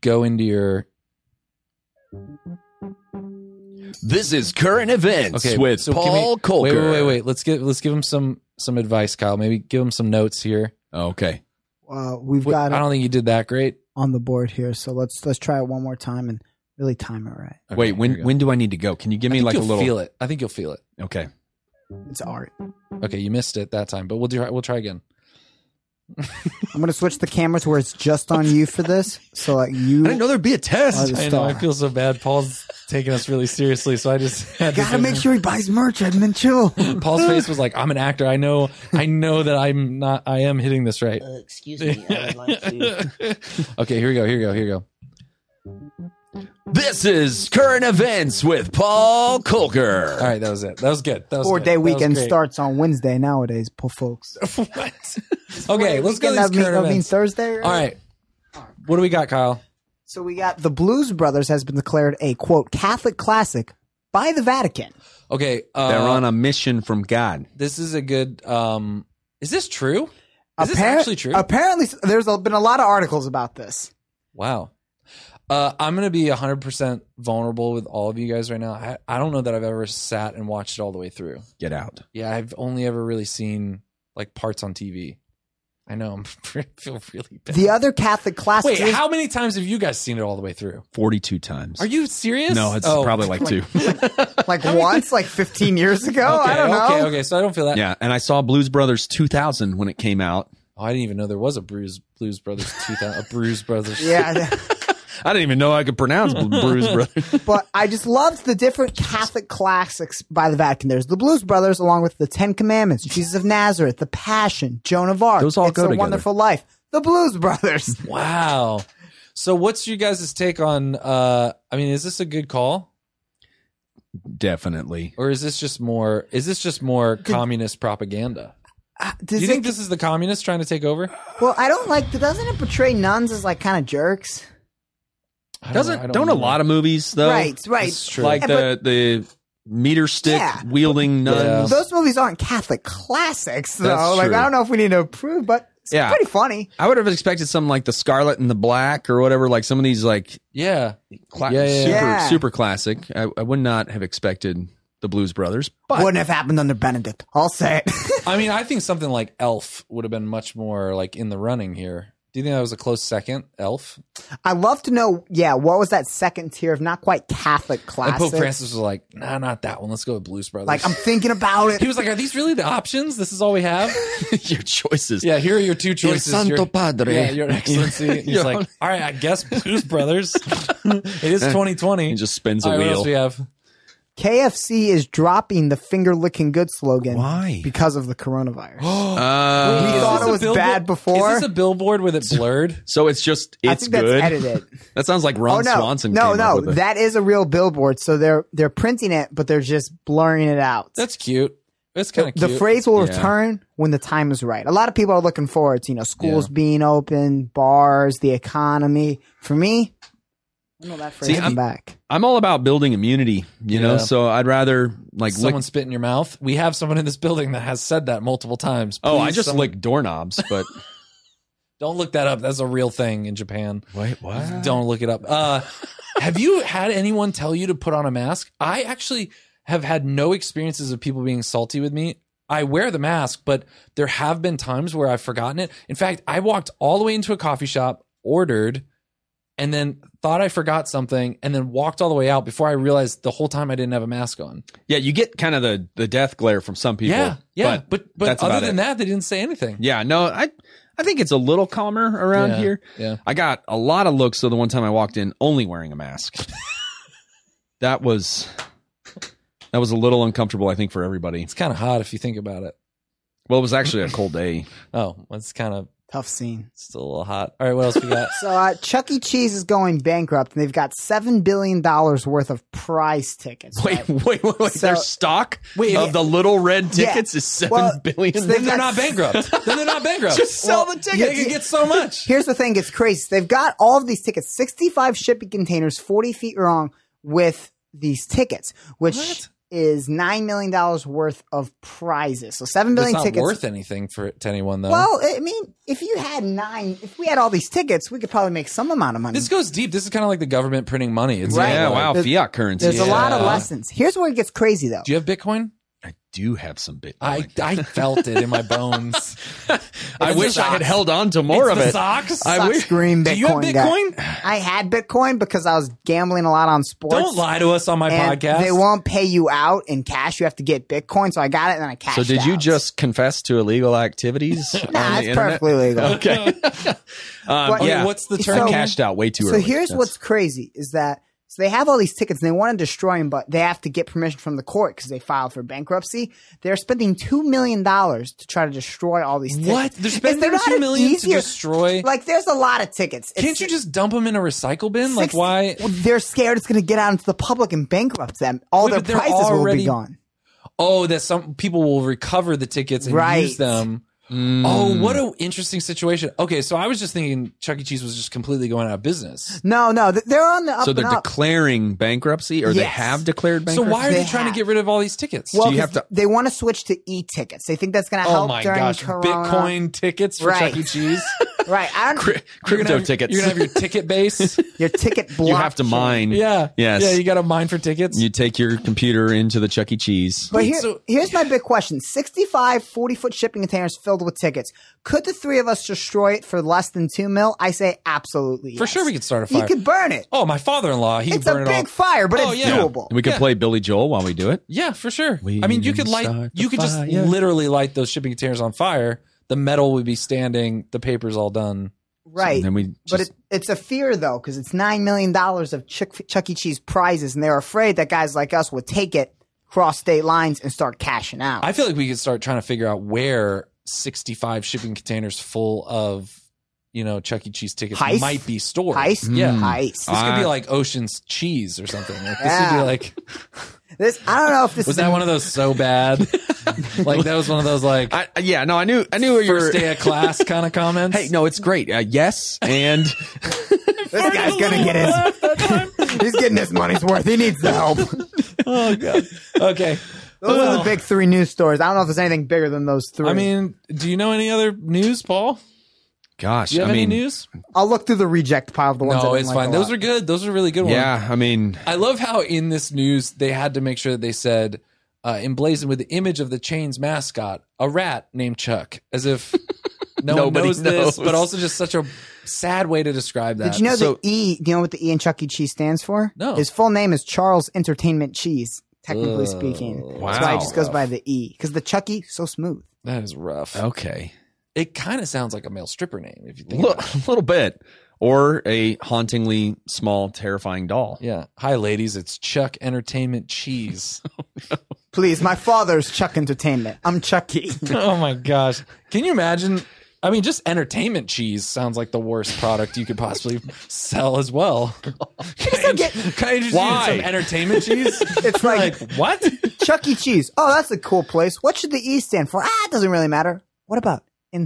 go into your
This is current events
okay
with
so give me-
Paul Colker.
wait wait wait wait let's give let's give him some some advice kyle maybe give him some notes here
Okay.
uh, we've
Wait,
got
I
it
don't think you did that great.
on the board here, so let's let's try it one more time and really time it right.
Okay,
Wait,
here we
when
go.
when do I need to go? Can you
I
give me
think
like a
you'll
little?
feel it. I think you'll feel it.
Okay.
It's art.
Okay, you missed it that time, but we'll do. We'll try again.
I'm gonna switch the camera to where it's just on you for this. So like you
I didn't know there'd be a
are
test.
the
I know.
star.
I feel so bad. Paul's taking us really seriously, so I just had
gotta make sure he buys merch. Edmund, chill. [laughs]
Paul's face was like, "I'm an actor. I know. I know that I'm not. I am hitting this right."
Uh, excuse me, I would
[laughs]
like to.
okay, here we go. Here we go. Here we go.
This is current events with Paul Colker.
All right, that was it. That was good. That was
Four
good.
day
That was
weekend
great.
starts on Wednesday nowadays, poor folks.
[laughs] what? okay, let's go to
That
these
mean,
current
that mean
events.
Thursday.
All right, what do we got, Kyle?
So we got the Blues Brothers has been declared a quote Catholic classic by the Vatican.
Okay, uh,
They're on a mission from God.
this is a good. um Is this true? Is this
Appar-
actually true?
Apparently, there's been a lot of articles about this.
Wow. Uh, I'm going to be 100% vulnerable with all of you guys right now. I, I don't know that I've ever sat and watched it all the way through.
Get out.
Yeah, I've only ever really seen like parts on TV. I know. I'm, [laughs] I feel really bad.
The other Catholic classic.
Wait, how many times have you guys seen it all the way through?
42 times.
Are you serious?
No, it's
Oh,
probably like two.
like once, like 15 years ago.
[laughs] Okay,
I don't know.
okay, okay. So I don't feel that.
yeah, and I saw Blues Brothers 2000 when it came out.
Oh, I didn't even know there was a Bruise Blues Brothers 2000, a Bruise Brothers.
[laughs] Yeah,
I didn't even know I could pronounce Bl- Bruise Brothers.
[laughs]
but I just loved the different Catholic classics by the Vatican. There's the Blues Brothers, along with the Ten Commandments, Jesus of Nazareth, the Passion, Joan of Arc.
Those all
it's
go
a
together.
Wonderful Life. The Blues
[laughs]
Brothers.
Wow. So what's you guys' take on uh I mean, is this a good call?
Definitely.
or is this just more is this just more communist propaganda
Uh,
do
does
you
it-
think this is the communists trying to take over
well, I don't like. Doesn't it portray nuns as like kind of jerks?
I don't
Doesn't
know, I
don't,
know.
a lot of movies though?
right, right.
It's true.
Like
Yeah,
the the meter stick
Yeah.
wielding nuns.
Those movies aren't Catholic classics, though.
That's
like
true.
I don't know if we need to approve, but it's
Yeah.
pretty funny.
I would have expected something like the Scarlet and the Black or whatever, like some of these like
yeah
cla-
Yeah, yeah,
super
yeah. Yeah.
super classic. I, I would not have expected the Blues Brothers, but
Wouldn't have happened under Benedict. I'll say it. [laughs]
i mean i think something like elf would have been much more like in the running here do you think that was a close second elf
I love to know. Yeah, what was that second tier of not quite Catholic
and pope
classics?
francis was like nah not that one let's go with blues brothers
[laughs]
like I'm thinking about
he
it.
was like are these really the options this is all we have
[laughs] your choices.
yeah here are your two choices Your-
Padre.
yeah,
[laughs]
your excellency. And He's
Your-
like, all right, I guess Blues
[laughs]
Brothers. it is 2020.
He just spins a
all right, what
wheel.
else we
[gasps]
have?
KFC is dropping the finger licking good slogan.
Why?
Because of
[gasps]
the coronavirus.
Uh,
We
Is
thought
this
it
a
was
billboard-
bad before.
Is this a billboard with it blurred?
so it's just
I
it's
think
good. [laughs]
that's edited.
That sounds like Ron
oh no,
Swanson.
no,
came
no!
Up with it.
That is a real billboard. So they're they're printing it, but they're just blurring it out.
That's cute. That's kind of
the
cute.
phrase will
Yeah.
return when the time is right. A lot of people are looking forward to you know schools being open, bars, the economy. For me, I know that
[laughs]
phrase
See,
come
I'm-
back.
I'm all about building immunity, you know.
Yeah.
So I'd rather like
someone
lick.
spit in your mouth. We have someone in this building that has said that multiple times.
Oh, I
Please,
just
someone-
lick doorknobs,
[laughs]
but
Don't look that up. That's a real thing in Japan.
wait, what?
Don't look it up. [laughs] Uh, have you had anyone tell you to put on a mask? I actually have had no experiences of people being salty with me. I wear the mask, but there have been times where I've forgotten it. In fact, I walked all the way into a coffee shop, ordered, and then thought I forgot something, and then walked all the way out before I realized the whole time I didn't have a mask on.
Yeah, you get kind of the the death glare from some people.
Yeah, yeah, but but,
that's about
other
it.
than that, they didn't say anything.
yeah, no, I I think it's a little calmer around
Yeah,
here.
yeah.
I got a lot of looks. So the one time I walked in, only wearing
[laughs]
a mask, that was that was a little uncomfortable. I think for everybody.
It's kind of hot if you think about it.
Well, it was actually a cold day.
Oh, it's kind of
Tough scene.
still a little hot. All right, what else we got?
So uh, Chuck E. Cheese is going bankrupt, and they've got seven billion dollars worth of prize tickets.
[laughs] Wait,
right?
wait, wait, wait.
So-
Their stock of the little red tickets is seven
Well,
billion.
so
then they're not
got-
bankrupt. then they're not bankrupt.
Just sell the
Well, yeah,
tickets.
They could get so
[laughs]
much.
Here's the thing: it's crazy. They've got all of these tickets, sixty-five shipping containers, forty feet long, with these tickets, which
What?
is nine million dollars worth of prizes. So seven
That's
billion
not
tickets
worth anything for to anyone though.
Well, I mean, if you had nine, if we had all these tickets, we could probably make some amount of money.
this goes deep. This is kind of like the government printing money. It's
[laughs] Right.
kinda
Yeah,
like-
wow,
There's-
fiat currency.
There's a lot of
Yeah.
lessons. Here's where it gets crazy, though.
Do you have Bitcoin? Oh
do have some Bitcoin.
I, I felt it in [laughs] my bones.
I
It's the
wish I had
socks.
held on to
It's
more of
the
it.
Socks.
I
Sucks
wish-
green Bitcoin.
Do you have
guy.
Bitcoin?
I had Bitcoin because I was gambling a lot on sports.
Don't lie to us on my
and
podcast.
They won't pay you out in cash. You have to get Bitcoin. So I got it and I cashed.
So did you
out.
just confess to illegal activities? on
[laughs] Nah,
the
it's
internet?
perfectly legal.
Okay. um,
But-
yeah.
What's the
So-
term?
I
so-
cashed out way too
so
early.
here's
That's-
what's crazy is that so they have all these tickets and they want to destroy them, but they have to get permission from the court because they filed for bankruptcy. They're spending two million dollars to try to destroy all these tickets.
What? They're
Is
spending
there not
two
an
million
easier-
to destroy.
Like, there's a lot of tickets. It's
Can't you just dump them in a recycle bin? like
six-
why?
Well, they're scared it's going to get out into the public and bankrupt them. All
Wait,
their
but they're
prices will
already-
be gone.
Oh, that some people will recover the tickets and
Right.
use them. Oh, what an interesting situation. Okay, so I was just thinking Chuck E. Cheese was just completely going out of business.
No, no, th- they're on the up
So they're
and up.
declaring bankruptcy, or they
Yes.
have declared
So
bankruptcy.
why are they,
They
trying
have.
to get rid of all these tickets?
well,
you have
'cause
to-
they want to switch to e-tickets. They think that's going to
oh
help
my
during
gosh,
Corona.
Bitcoin tickets for
Right.
Chuck E. Cheese. [laughs]
right? I don't.
Cri-
You're gonna
crypto
have-
tickets?
You're gonna have your ticket [laughs] base.
[laughs] Your ticket
[laughs]
blockchain.
you have to mine.
yeah.
Yes.
Yeah. You got to mine for tickets.
You take your computer into the Chuck E. Cheese.
But here,
So-
here's my big question 65 40 foot shipping containers filled with tickets. Could the three of us destroy it for less than two mil? I say absolutely.
For
yes.
sure, we could start a
You
fire.
could burn it.
oh, my father-in-law. He
it's
could burn
a
it all.
big fire, but
Oh,
it's
yeah.
doable.
We could play Billy Joel while we do it.
Yeah, for sure.
We
I mean, you could
didn't
light,
start the
you could just
fire.
literally light those shipping containers on fire. The metal would be standing, the paper's all done.
Right.
And then we
but
just-
it, it's a fear, though, because it's $9 million of Chuck, Chuck E. Cheese prizes, and they're afraid that guys like us would take it, cross state lines, and start cashing out.
I feel like we could start trying to figure out where 65 shipping containers full of, you know, Chuck E. Cheese tickets
Heist?
might be stored.
Heist?
Yeah.
Heist.
This could be
Uh,
like Ocean's Cheese or something. Like, this would
Yeah.
be like,
This, I don't know if this
was
is
that one of those so
[laughs]
bad? like, that was one of those, like,
I, yeah, no, I knew, I knew you were.
first day of class kind of comments.
[laughs] Hey, no, it's great. Uh, yes, and
this guy's going to get his. [laughs] He's getting his money's worth. He needs the help.
Oh, God. Okay.
Those are the big three news stories. I don't know if there's anything bigger than those three.
I mean, do you know any other news, Paul?
[laughs] gosh,
Do you have
I mean,
any news?
I'll look through the reject pile of the ones. I
No,
didn't
it's
like
fine.
a
Those
lot.
are good. Those are really good ones.
Yeah, I mean,
I love how in this news they had to make sure that they said uh, emblazoned with the image of the chain's mascot, a rat named Chuck, as [laughs] if no one
Nobody
knows, this,
knows.
but also just such a sad way to describe that.
Did you know
So-
that E? Do you know what the E in Chuck E. Cheese stands for?
No.
His full name is Charles Entertainment Cheese. Technically speaking, that's why
Wow.
it just goes by the E because the Chuck E so smooth.
that is rough?
okay,
Oh. It kind of sounds like a male stripper name if you think.
Look,
about it.
a little bit, or a hauntingly small, terrifying doll.
Yeah. Hi, ladies. It's Chuck Entertainment Cheese.
Please, my father's Chuck Entertainment. I'm Chuck E.
[laughs] oh my gosh! Can you imagine? I mean, just entertainment cheese sounds like the worst product you could possibly sell as
[laughs]
well. Can I,
get-
can I just
Why?
some entertainment [laughs] cheese?
[laughs] It's like-
[laughs]
what?
Chuck E. Cheese. Oh, that's a cool place. What should the E stand for? Ah, it doesn't really matter. What about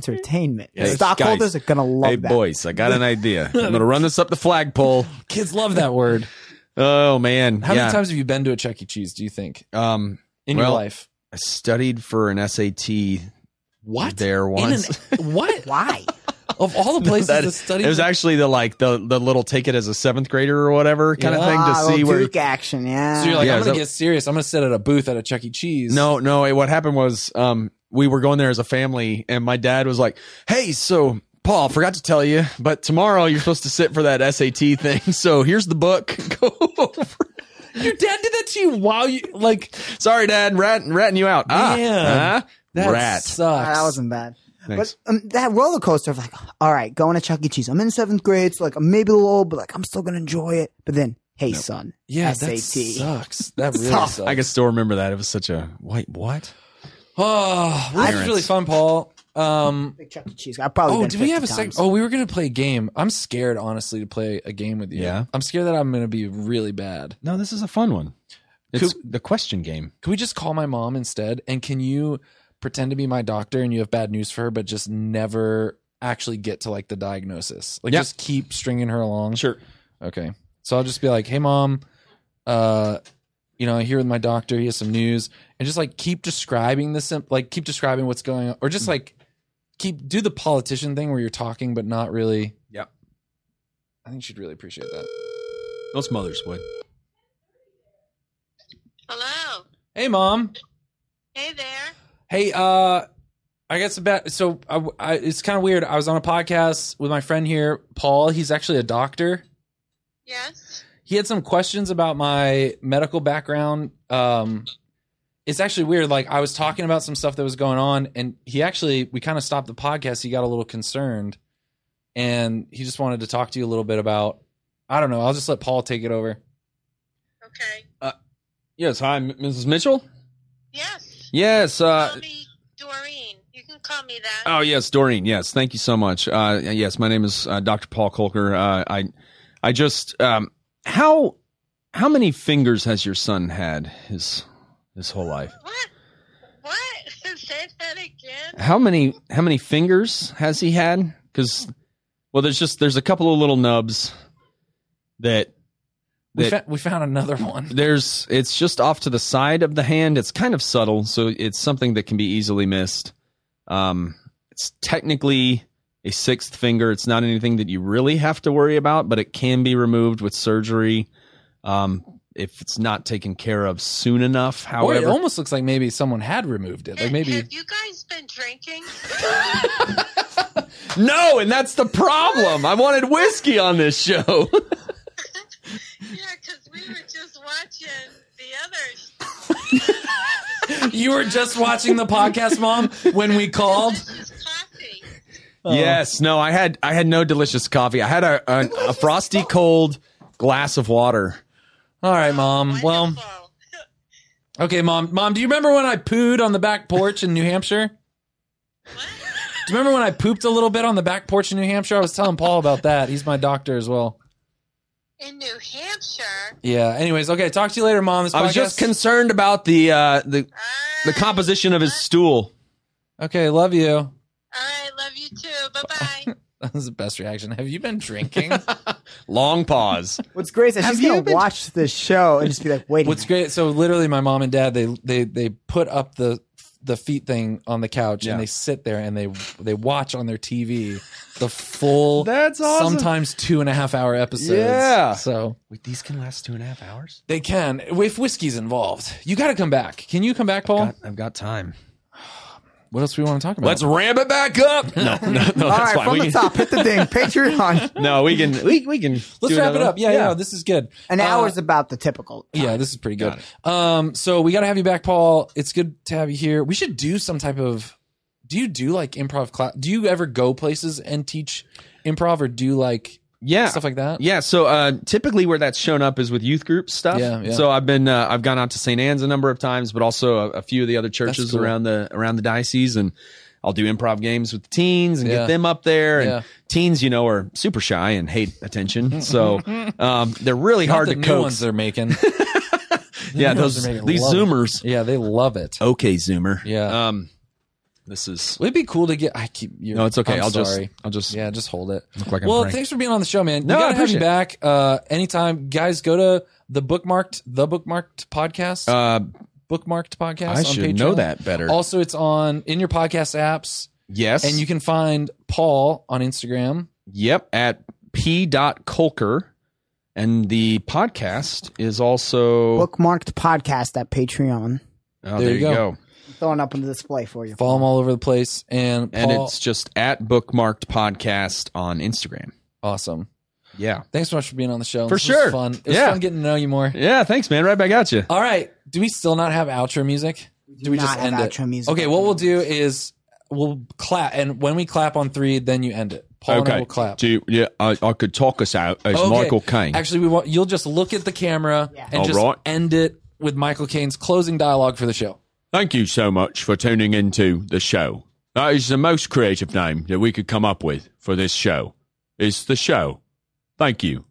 entertainment?
Hey,
Stockholders
guys.
are gonna love
hey,
that.
boys, I got
[laughs]
an idea. I'm gonna run this up the flagpole.
Kids love that word.
Oh man,
How
yeah.
many times have you been to a Chuck E. Cheese? Do you think
Um,
in your
Well,
life?
I studied for an SAT
What?
there
In
once.
an, [laughs] what?
Why?
Of
[laughs]
all the places
That-
to study,
it was actually the like the the little take it as a seventh grader or whatever kind
Yeah.
of thing to
Ah,
see
little
where
Duke action. Yeah.
so you're like,
Yeah,
I'm
is
gonna
that-
get serious. I'm gonna sit at a booth at a Chuck E. Cheese.
No, no. It, what happened was um, we were going there as a family, and my dad was like, "Hey, so Paul, forgot to tell you, but tomorrow you're supposed to sit for that SAT thing. So here's the book. [laughs] Go over. it."
your dad did that to you while you like.
Sorry, Dad, rat, ratting you out. Ah,
Man,
ah,
That
rat.
sucks.
Ah, that wasn't bad.
Thanks.
But um, that roller coaster of like, all right, going to Chuck E. Cheese. I'm in seventh grade, so like I'm maybe a little old, but like I'm still gonna enjoy it. But then, hey son,
yeah,
SAT.
that sucks.
[laughs]
That really
Sucks.
sucks.
I can still remember that. It was such a wait. What?
Oh, this is
Parents.
really fun, Paul. Um,
Big Chuck E. Cheese. I probably.
oh,
been
did we have a
50
second?
times.
Oh, we were gonna play a game. I'm scared, honestly, to play a game with you.
Yeah?
I'm scared that I'm gonna be really bad.
No, this is a fun one. It's
Cool.
the question game.
Can we just call my mom instead? And can you pretend to be my doctor and you have bad news for her, but just never actually get to like the diagnosis? Like,
Yeah.
just keep stringing her along.
Sure.
Okay. So I'll just be like, "Hey, mom, uh, you know, I'm here with my doctor. He has some news," and just like keep describing the sim- like keep describing what's going on, or
Mm-hmm.
just like keep do the politician thing where you're talking but not really.
Yep.
I think she'd really appreciate that.
Most mothers would.
Hello.
Hey, mom.
Hey there.
Hey, uh, I got some bad. So I, I, it's kind of weird. I was on a podcast with my friend here, Paul. He's actually a doctor.
Yes.
He had some questions about my medical background. Um, it's actually weird. Like I was talking about some stuff that was going on, and he actually we kind of stopped the podcast. He got a little concerned, and he just wanted to talk to you a little bit about. I don't know. I'll just let Paul take it over.
Okay.
Yes, hi, M- Mrs. Mitchell.
Yes.
Yes. Uh,
call me Doreen. You can call me that.
oh, yes, Doreen. Yes, thank you so much. Uh, yes, my name is uh, Dr. Paul Kolker. Uh, I, I just um, how how many fingers has your son had his his whole life?
What? What? [laughs] Say that again.
How many how many fingers has he had? Because well, there's just there's a couple of little nubs that
We,
that
fa- we found another one.
there's it's just off to the side of the hand it's kind of subtle so it's something that can be easily missed um it's technically a sixth finger it's not anything that you really have to worry about but it can be removed with surgery um if it's not taken care of soon enough
Or it
however
almost looks like maybe someone had removed it. Uh, Like maybe.
Have you guys been drinking? [laughs]
no and that's the problem i wanted whiskey on this show [laughs]
yeah, because we were just watching the others.
You were just watching the podcast, Mom, when we called.
Delicious coffee.
Yes, no, I had I had no delicious coffee. I had a a, a frosty cold glass of water.
All right, Mom. Um, Well,
Wonderful.
okay, Mom. Mom, do you remember when I pooed on the back porch in New Hampshire?
What?
Do you remember when I pooped a little bit on the back porch in New Hampshire? I was telling Paul about that. He's my doctor as well.
In New Hampshire.
Yeah. Anyways, okay. Talk to you later, Mom. This
I was
podcast-
just concerned about the uh, the the
All right.
composition of his stool.
okay. Love you. [laughs]
All right, love you too. Bye bye.
That was the best reaction. Have you been drinking?
Long pause.
What's great is that
Have
she's gonna
you been-
watch this show and just be like, wait. a
What's
minute.
great? So literally, my mom and dad they they they put up the the feet thing on the couch
Yeah.
and they sit there and they they watch on their TV the full
[laughs] That's awesome.
sometimes two and a half hour episodes.
Yeah.
so
Wait, these can last two and a half hours.
they can if whiskey's involved. You got to come back. Can you come back, Paul?
I've got time.
What else we want to talk about?
Let's ramp it back up. [laughs] No, no, no Oh, that's
All right,
fine.
from
We
the
can,
top, hit the ding.
[laughs]
Patreon.
No, we can we, we can
Let's
do
wrap it
another
up.
one.
Yeah, yeah, This is good.
An
Uh,
hour's about the typical.
Yeah, this is pretty good.
Got
Um, so we got to have you back, Paul. It's good to have you here. We should do some type of. Do you do like improv class? Do you ever go places and teach improv, or do like
yeah.
stuff like that?
Yeah, so uh, typically where that's shown up is with youth group stuff.
Yeah, yeah.
So I've been uh, I've gone out to St. Anne's a number of times, but also a, a few of the other churches
cool.
around the around the diocese, and I'll do improv games with the teens and
Yeah.
get them up there. And
Yeah.
teens, you know, are super shy and hate
[laughs]
attention, so um, they're really
Not
hard
the
to
new ones
coax.
they're
[laughs]
making.
Yeah,
new ones
those
they're making
these
love it.
Zoomers.
yeah, they love it.
Okay, Zoomer.
Yeah.
Um, this is
It'd be cool to get. I keep. You're,
no, it's okay.
I'm
will
sorry.
just I'll just
yeah, just hold it.
look like I'm
well,
praying.
thanks for being on the show, man.
No,
we
I
gotta have you
appreciate it.
back uh, anytime, guys. Go to the bookmarked the bookmarked podcast.
Uh,
bookmarked podcast.
I
on
should
Patreon.
know that better.
Also, it's on in your podcast apps,
yes,
and you can find Paul on Instagram.
Yep, at p dot Kolker. And the podcast is also
Bookmarked podcast at Patreon.
oh,
There you go.
Throwing up on the display for you.
Follow him all over the place, and
And
Paul-
it's just at bookmarked podcast on Instagram.
awesome.
Yeah.
Thanks so much for being on the show.
For
This was
sure.
fun. It was
Yeah.
fun getting to know you more.
Yeah, thanks, man. Right back at you.
All right. Do we still not have outro music? Do we
not
just
have
end it?
outro music.
Okay. What we'll do is we'll clap, and when we clap on three, then you end it. Paul and I will clap.
Do, yeah, I, I could talk us out as
Okay.
Michael Caine.
Actually, we want you'll just look at the camera
Yeah.
and
All
just
right.
end it with Michael Caine's closing dialogue for the show.
Thank you so much for tuning into the show. That is the most creative name that we could come up with for this show. It's the show. Thank you.